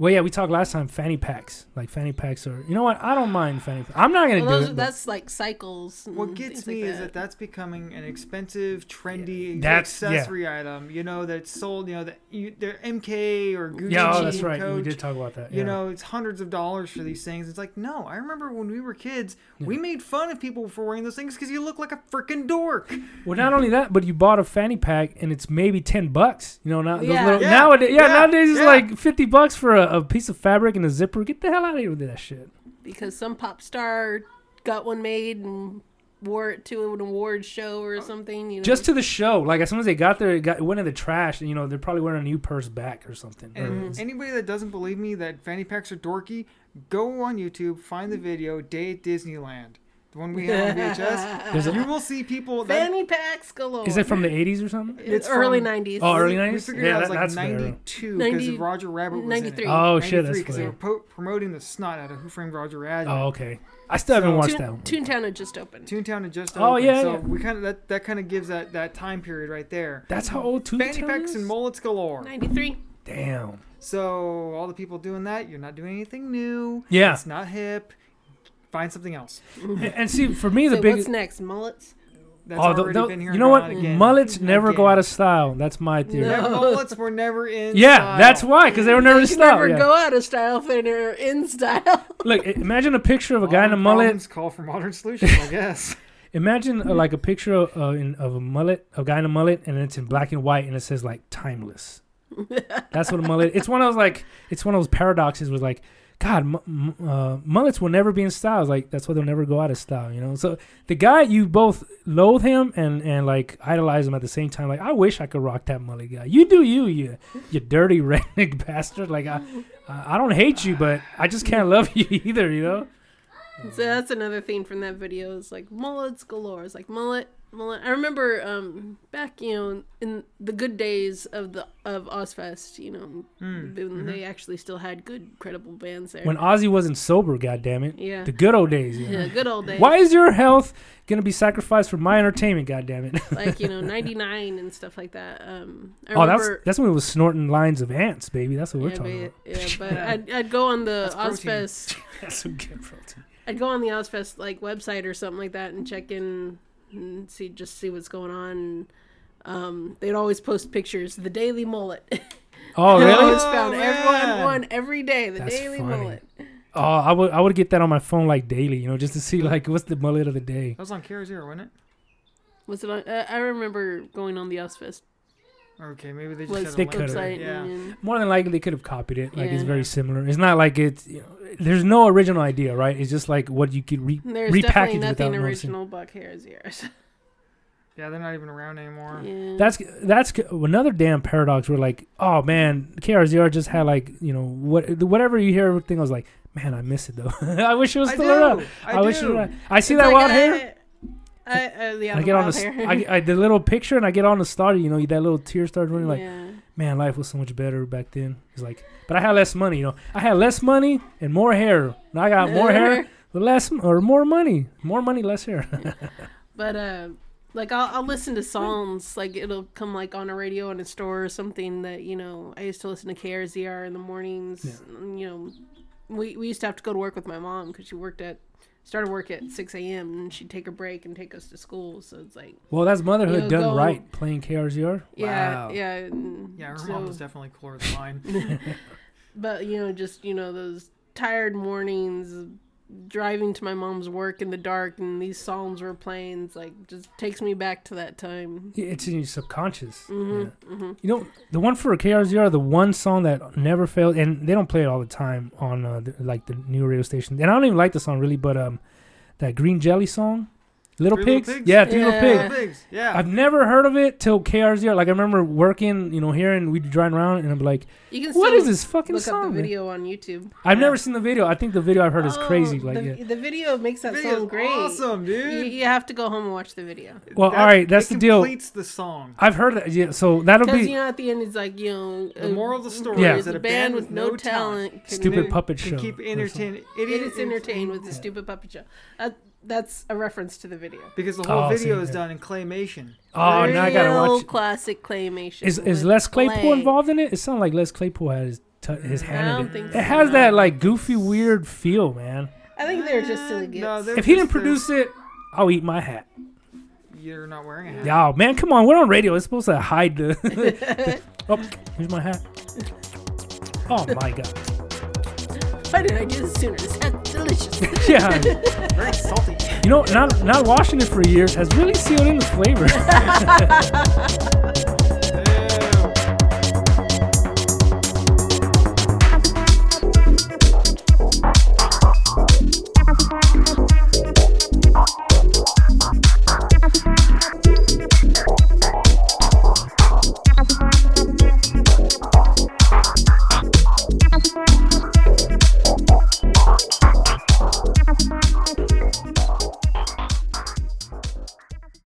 [SPEAKER 1] Well, yeah, we talked last time fanny packs. Like fanny packs are. You know what? I don't mind fanny. packs. I'm not gonna
[SPEAKER 3] Well,
[SPEAKER 1] do
[SPEAKER 3] those,
[SPEAKER 1] it. but
[SPEAKER 3] that's like cycles. and
[SPEAKER 2] What gets
[SPEAKER 3] things like
[SPEAKER 2] me is that
[SPEAKER 3] that.
[SPEAKER 2] that's becoming an expensive, trendy
[SPEAKER 1] That's- yeah.
[SPEAKER 2] accessory item. You know that's sold. You know that you, they're MK or Gucci.
[SPEAKER 1] yeah, oh,
[SPEAKER 2] and
[SPEAKER 1] that's right. We
[SPEAKER 2] Coach.
[SPEAKER 1] did talk about that.
[SPEAKER 2] You
[SPEAKER 1] yeah.
[SPEAKER 2] know, it's hundreds of dollars for these things. It's like, no, I remember when we were kids, we made fun of people for wearing those things because you look like a freaking dork.
[SPEAKER 1] Well, not only that, but you bought a fanny pack and it's maybe ten bucks. You know, now those
[SPEAKER 3] Yeah.
[SPEAKER 1] little,
[SPEAKER 2] Yeah.
[SPEAKER 1] nowadays, yeah,
[SPEAKER 2] Yeah.
[SPEAKER 1] nowadays it's
[SPEAKER 2] Yeah.
[SPEAKER 1] like fifty bucks for a, a piece of fabric and a
[SPEAKER 2] Mm-hmm.
[SPEAKER 1] zipper. Get the hell out of here with that shit.
[SPEAKER 3] because some pop star got one made and wore it to an award show
[SPEAKER 2] Oh.
[SPEAKER 3] or something. You know,
[SPEAKER 1] Just to the show. Like as soon as they got there, it, got, it went in the trash. And, you know, they're probably wearing a new purse back or something. or-
[SPEAKER 2] And anybody that doesn't believe me that fanny packs are dorky, go on YouTube, find the video "Day at Disneyland," the one we had on VHS.
[SPEAKER 1] There's a-
[SPEAKER 2] you will see people that
[SPEAKER 3] fanny packs galore.
[SPEAKER 1] Is it from the 80s or something?
[SPEAKER 2] It's
[SPEAKER 3] It's early
[SPEAKER 2] from-
[SPEAKER 3] nineties?
[SPEAKER 1] Oh, early
[SPEAKER 2] we
[SPEAKER 1] 90s?
[SPEAKER 2] figured
[SPEAKER 1] Yeah,
[SPEAKER 2] out it
[SPEAKER 1] that-
[SPEAKER 2] was
[SPEAKER 1] that's
[SPEAKER 2] like
[SPEAKER 1] better.
[SPEAKER 2] 92 because
[SPEAKER 3] 90
[SPEAKER 2] Roger Rabbit was
[SPEAKER 3] 93.
[SPEAKER 2] in it.
[SPEAKER 1] Oh, shit, that's
[SPEAKER 2] because they were
[SPEAKER 1] funny.
[SPEAKER 2] po- promoting the snot out of Who Framed Roger Rabbit.
[SPEAKER 1] Oh, okay. I still haven't watched that one.
[SPEAKER 3] Toontown had just opened.
[SPEAKER 2] Toontown had just
[SPEAKER 1] Oh,
[SPEAKER 2] opened,
[SPEAKER 1] yeah,
[SPEAKER 2] so
[SPEAKER 1] yeah.
[SPEAKER 2] we kind of that, that kind of gives that that time period right there.
[SPEAKER 1] That's how old Toontown
[SPEAKER 2] Fanny packs
[SPEAKER 1] is?
[SPEAKER 2] and mullets galore.
[SPEAKER 3] Ninety three.
[SPEAKER 1] Damn.
[SPEAKER 2] So all the people doing that, you're not doing anything new.
[SPEAKER 1] Yeah.
[SPEAKER 2] it's not hip. Find something else.
[SPEAKER 1] And, and see, for me, the
[SPEAKER 3] So
[SPEAKER 1] big.
[SPEAKER 3] what's next? Mullets.
[SPEAKER 2] That's
[SPEAKER 1] oh, the-
[SPEAKER 2] already
[SPEAKER 1] the-
[SPEAKER 2] been here.
[SPEAKER 1] you know what? Mullets never go out of style. That's my theory.
[SPEAKER 3] No.
[SPEAKER 2] And mullets were never in.
[SPEAKER 1] Yeah,
[SPEAKER 2] style.
[SPEAKER 1] that's why, because they were never in
[SPEAKER 3] They can
[SPEAKER 1] style.
[SPEAKER 3] never
[SPEAKER 1] yeah.
[SPEAKER 3] go out of style if they're never in style.
[SPEAKER 1] Look, i- imagine a picture of a guy in a
[SPEAKER 2] Modern
[SPEAKER 1] mullet.
[SPEAKER 2] problems Call for modern solutions, I guess.
[SPEAKER 1] Imagine uh, like a picture of, uh, in, of a mullet, a guy in a mullet, and it's in black and white, and it says like timeless. That's what a mullet. It's one of those like it's one of those paradoxes with like, God, mu- mu- uh, mullets will never be in style. It's like that's why they'll never go out of style. You know. So the guy you both loathe him and and like idolize him at the same time. Like I wish I could rock that mullet guy. You do you, you you dirty redneck bastard. Like I I I don't hate you, but I just can't love you either. You know. Mm.
[SPEAKER 3] So that's another thing from that video is like mullets galore. It's like mullet, mullet. I remember um back you know in the good days of the of Ozfest, you know,
[SPEAKER 2] Hmm.
[SPEAKER 3] when
[SPEAKER 2] Mm. Mm-hmm.
[SPEAKER 3] they actually still had good credible bands there.
[SPEAKER 1] when Ozzy wasn't sober, goddammit.
[SPEAKER 3] Yeah.
[SPEAKER 1] The good old days. You know?
[SPEAKER 3] yeah, good old days.
[SPEAKER 1] Why is your health gonna be sacrificed for my entertainment, goddammit?
[SPEAKER 3] Like you know, ninety nine and stuff like that. Um, I
[SPEAKER 1] oh, that's
[SPEAKER 3] remember.
[SPEAKER 1] that's when we was snorting lines of ants, baby. That's what we're
[SPEAKER 3] yeah, but,
[SPEAKER 1] talking about.
[SPEAKER 3] yeah, but I'd, I'd go on the
[SPEAKER 2] That's protein.
[SPEAKER 3] Ozfest.
[SPEAKER 1] That's some good protein.
[SPEAKER 3] I'd go on the Ozfest like website or something like that and check in and see just see what's going on. Um, they'd always post pictures. The Daily Mullet.
[SPEAKER 1] Oh
[SPEAKER 3] I
[SPEAKER 1] really?
[SPEAKER 3] always found
[SPEAKER 2] Oh,
[SPEAKER 3] everyone
[SPEAKER 2] man.
[SPEAKER 3] one every day. The
[SPEAKER 1] That's
[SPEAKER 3] Daily
[SPEAKER 1] funny.
[SPEAKER 3] Mullet.
[SPEAKER 1] Oh, I would I would get that on my phone like daily, you know, just to see like what's the mullet of the day.
[SPEAKER 2] That was on Kara Zero, wasn't it?
[SPEAKER 3] Was it on? Uh, I remember going on the Ozfest
[SPEAKER 2] Okay, maybe they just
[SPEAKER 3] was
[SPEAKER 2] had
[SPEAKER 1] They
[SPEAKER 2] a link
[SPEAKER 1] could've.
[SPEAKER 2] to it,
[SPEAKER 3] website.
[SPEAKER 2] Yeah.
[SPEAKER 3] And,
[SPEAKER 1] More than likely, they could have copied it. Like it's
[SPEAKER 3] Yeah.
[SPEAKER 1] very similar. It's not like it's you know, there's no original idea, right? It's just like what you could re-
[SPEAKER 3] and there's
[SPEAKER 1] repackage
[SPEAKER 3] definitely
[SPEAKER 1] without
[SPEAKER 3] nothing
[SPEAKER 1] noticing.
[SPEAKER 3] original. Buck Hair's yours.
[SPEAKER 2] Yeah, they're not even around anymore.
[SPEAKER 3] yeah.
[SPEAKER 1] That's that's another damn paradox. Where like, oh man, KRZR just had like you know what whatever you hear everything. I was like, man, I miss it though. I wish it was
[SPEAKER 2] I
[SPEAKER 1] still
[SPEAKER 2] do,
[SPEAKER 1] around.
[SPEAKER 2] I
[SPEAKER 1] wish it
[SPEAKER 2] do.
[SPEAKER 1] was around. I see
[SPEAKER 3] It's
[SPEAKER 1] that
[SPEAKER 3] like,
[SPEAKER 1] wild
[SPEAKER 3] I-
[SPEAKER 1] hair.
[SPEAKER 3] I, I, yeah,
[SPEAKER 1] I
[SPEAKER 3] the
[SPEAKER 1] get on
[SPEAKER 3] wild
[SPEAKER 1] the
[SPEAKER 3] hair.
[SPEAKER 1] I, I, the little picture and I get on the starter. You know, that little tear starts running. Like,
[SPEAKER 3] yeah.
[SPEAKER 1] man, life was so much better back then. It's like, but I had less money. You know, I had less money and more hair. Now I got more hair, with less or more money, more money, less hair.
[SPEAKER 3] But uh, like I'll, I'll listen to songs like it'll come like on a radio in a store or something that you know I used to listen to KRZR in the mornings. and, You know, we we used to have to go to work with my mom because she worked at started work at six a.m. and she'd take a break and take us to school. So it's like
[SPEAKER 1] well, that's motherhood
[SPEAKER 3] You'll
[SPEAKER 1] done
[SPEAKER 3] go-
[SPEAKER 1] right. Playing KRZR.
[SPEAKER 3] yeah
[SPEAKER 1] Wow.
[SPEAKER 3] yeah and
[SPEAKER 2] Yeah, her
[SPEAKER 3] so-
[SPEAKER 2] mom was definitely cooler than mine.
[SPEAKER 3] but you know just you know those tired mornings driving to my mom's work in the dark and these psalms were playing it's like just takes me back to that time
[SPEAKER 1] Yeah, It's in your subconscious.
[SPEAKER 3] Mm-hmm.
[SPEAKER 1] yeah. You know, the one for KRZR, the one song that never failed, and they don't play it all the time on uh, the, like the new radio station. And I don't even like the song really, but um, that Green Jelly song, Little
[SPEAKER 2] Three Little
[SPEAKER 1] Pigs.
[SPEAKER 2] Pigs?
[SPEAKER 1] Yeah, Three Little
[SPEAKER 3] Yeah.
[SPEAKER 1] Pigs.
[SPEAKER 2] Little pigs, yeah.
[SPEAKER 1] I've never heard of it till KRZR. Like I remember working, you know, here and we'd be driving around, and I'm like,
[SPEAKER 3] you can
[SPEAKER 1] "What
[SPEAKER 3] still
[SPEAKER 1] is this fucking
[SPEAKER 3] look
[SPEAKER 1] song?"
[SPEAKER 3] up the
[SPEAKER 1] man?
[SPEAKER 3] video on YouTube.
[SPEAKER 1] I've
[SPEAKER 2] Yeah.
[SPEAKER 1] never seen the video. I think the video I've heard is crazy.
[SPEAKER 3] Oh,
[SPEAKER 1] Like,
[SPEAKER 3] the,
[SPEAKER 1] yeah.
[SPEAKER 3] the video makes that
[SPEAKER 2] Video's
[SPEAKER 3] song great.
[SPEAKER 2] Awesome,
[SPEAKER 3] You,
[SPEAKER 2] dude.
[SPEAKER 3] you have to go home and watch the video
[SPEAKER 1] well,
[SPEAKER 2] That-
[SPEAKER 1] all right, that's
[SPEAKER 2] it
[SPEAKER 1] the deal.
[SPEAKER 2] Completes the song.
[SPEAKER 1] I've heard that. Yeah, so that'll
[SPEAKER 3] because
[SPEAKER 1] be
[SPEAKER 3] you know at the end it's like you know
[SPEAKER 2] The
[SPEAKER 3] a-
[SPEAKER 2] moral of the story
[SPEAKER 1] Yeah.
[SPEAKER 2] is that a band with no talent
[SPEAKER 3] can
[SPEAKER 1] Stupid
[SPEAKER 3] do-
[SPEAKER 1] pop- puppet
[SPEAKER 2] can
[SPEAKER 1] show
[SPEAKER 2] Keep
[SPEAKER 1] or
[SPEAKER 2] entertaining.
[SPEAKER 3] It is entertained with the stupid puppet show. Uh, that's a reference to the video.
[SPEAKER 2] because the whole
[SPEAKER 1] Oh,
[SPEAKER 2] video
[SPEAKER 1] see,
[SPEAKER 2] is
[SPEAKER 1] yeah.
[SPEAKER 2] done in claymation.
[SPEAKER 1] oh, now I gotta
[SPEAKER 3] Real
[SPEAKER 1] watch. it.
[SPEAKER 3] classic claymation.
[SPEAKER 1] Is is
[SPEAKER 3] with
[SPEAKER 1] Les Claypool
[SPEAKER 3] clay.
[SPEAKER 1] involved in it? It sounded like Les Claypool had his t- his
[SPEAKER 3] I
[SPEAKER 1] hand
[SPEAKER 3] don't
[SPEAKER 1] in it.
[SPEAKER 3] think so.
[SPEAKER 1] It has that like goofy, weird feel, man.
[SPEAKER 3] I think they're just silly
[SPEAKER 2] No,
[SPEAKER 3] gifts.
[SPEAKER 2] they're
[SPEAKER 1] If he didn't
[SPEAKER 2] just- they're-
[SPEAKER 1] produce it, I'll eat my hat.
[SPEAKER 2] you're not wearing a hat.
[SPEAKER 1] Y'all, man, come on, we're on radio. It's supposed to hide the. oh, here's my hat. Oh my god.
[SPEAKER 3] Why did I do this sooner? This sounds delicious.
[SPEAKER 1] Yeah.
[SPEAKER 2] Very salty.
[SPEAKER 1] You know, not not washing it for years has really sealed in the flavor.